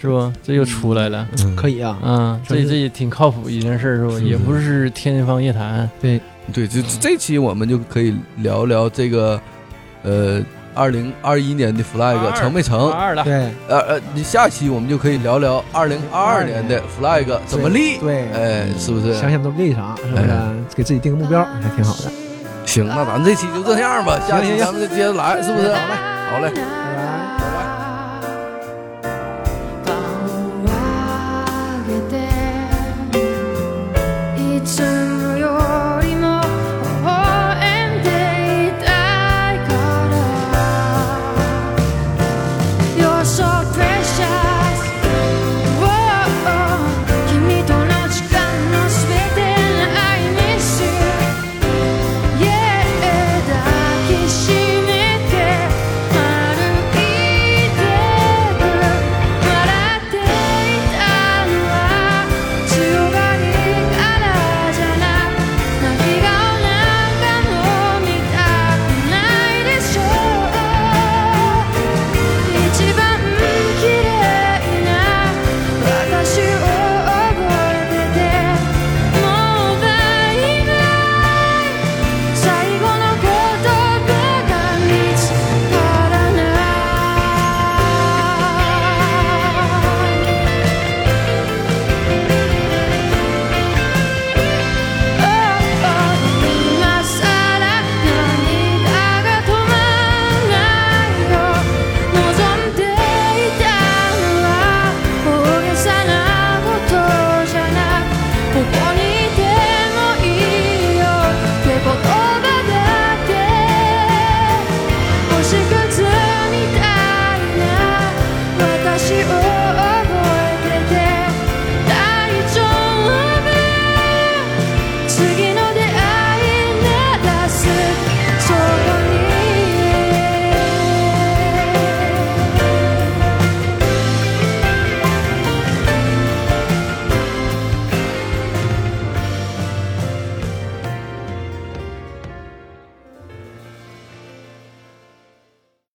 是不？这又出来了，
可以啊，
嗯，
就
这
是
这也挺靠谱一件事，是不？
是
也不是天方夜谭，
对，
对，这这期我们就可以聊聊这个，呃，二零二一年的 flag
22
成没成？
二了，
对
呃呃，你下期我们就可以聊聊二零二二年的 flag 怎么立，
对，
哎，是不是？
想想都累啥，是不是？给自己定个目标还挺好的。
行，那咱这期就这样吧，下期
行行
咱们就接着来，是不是？
好嘞，好嘞。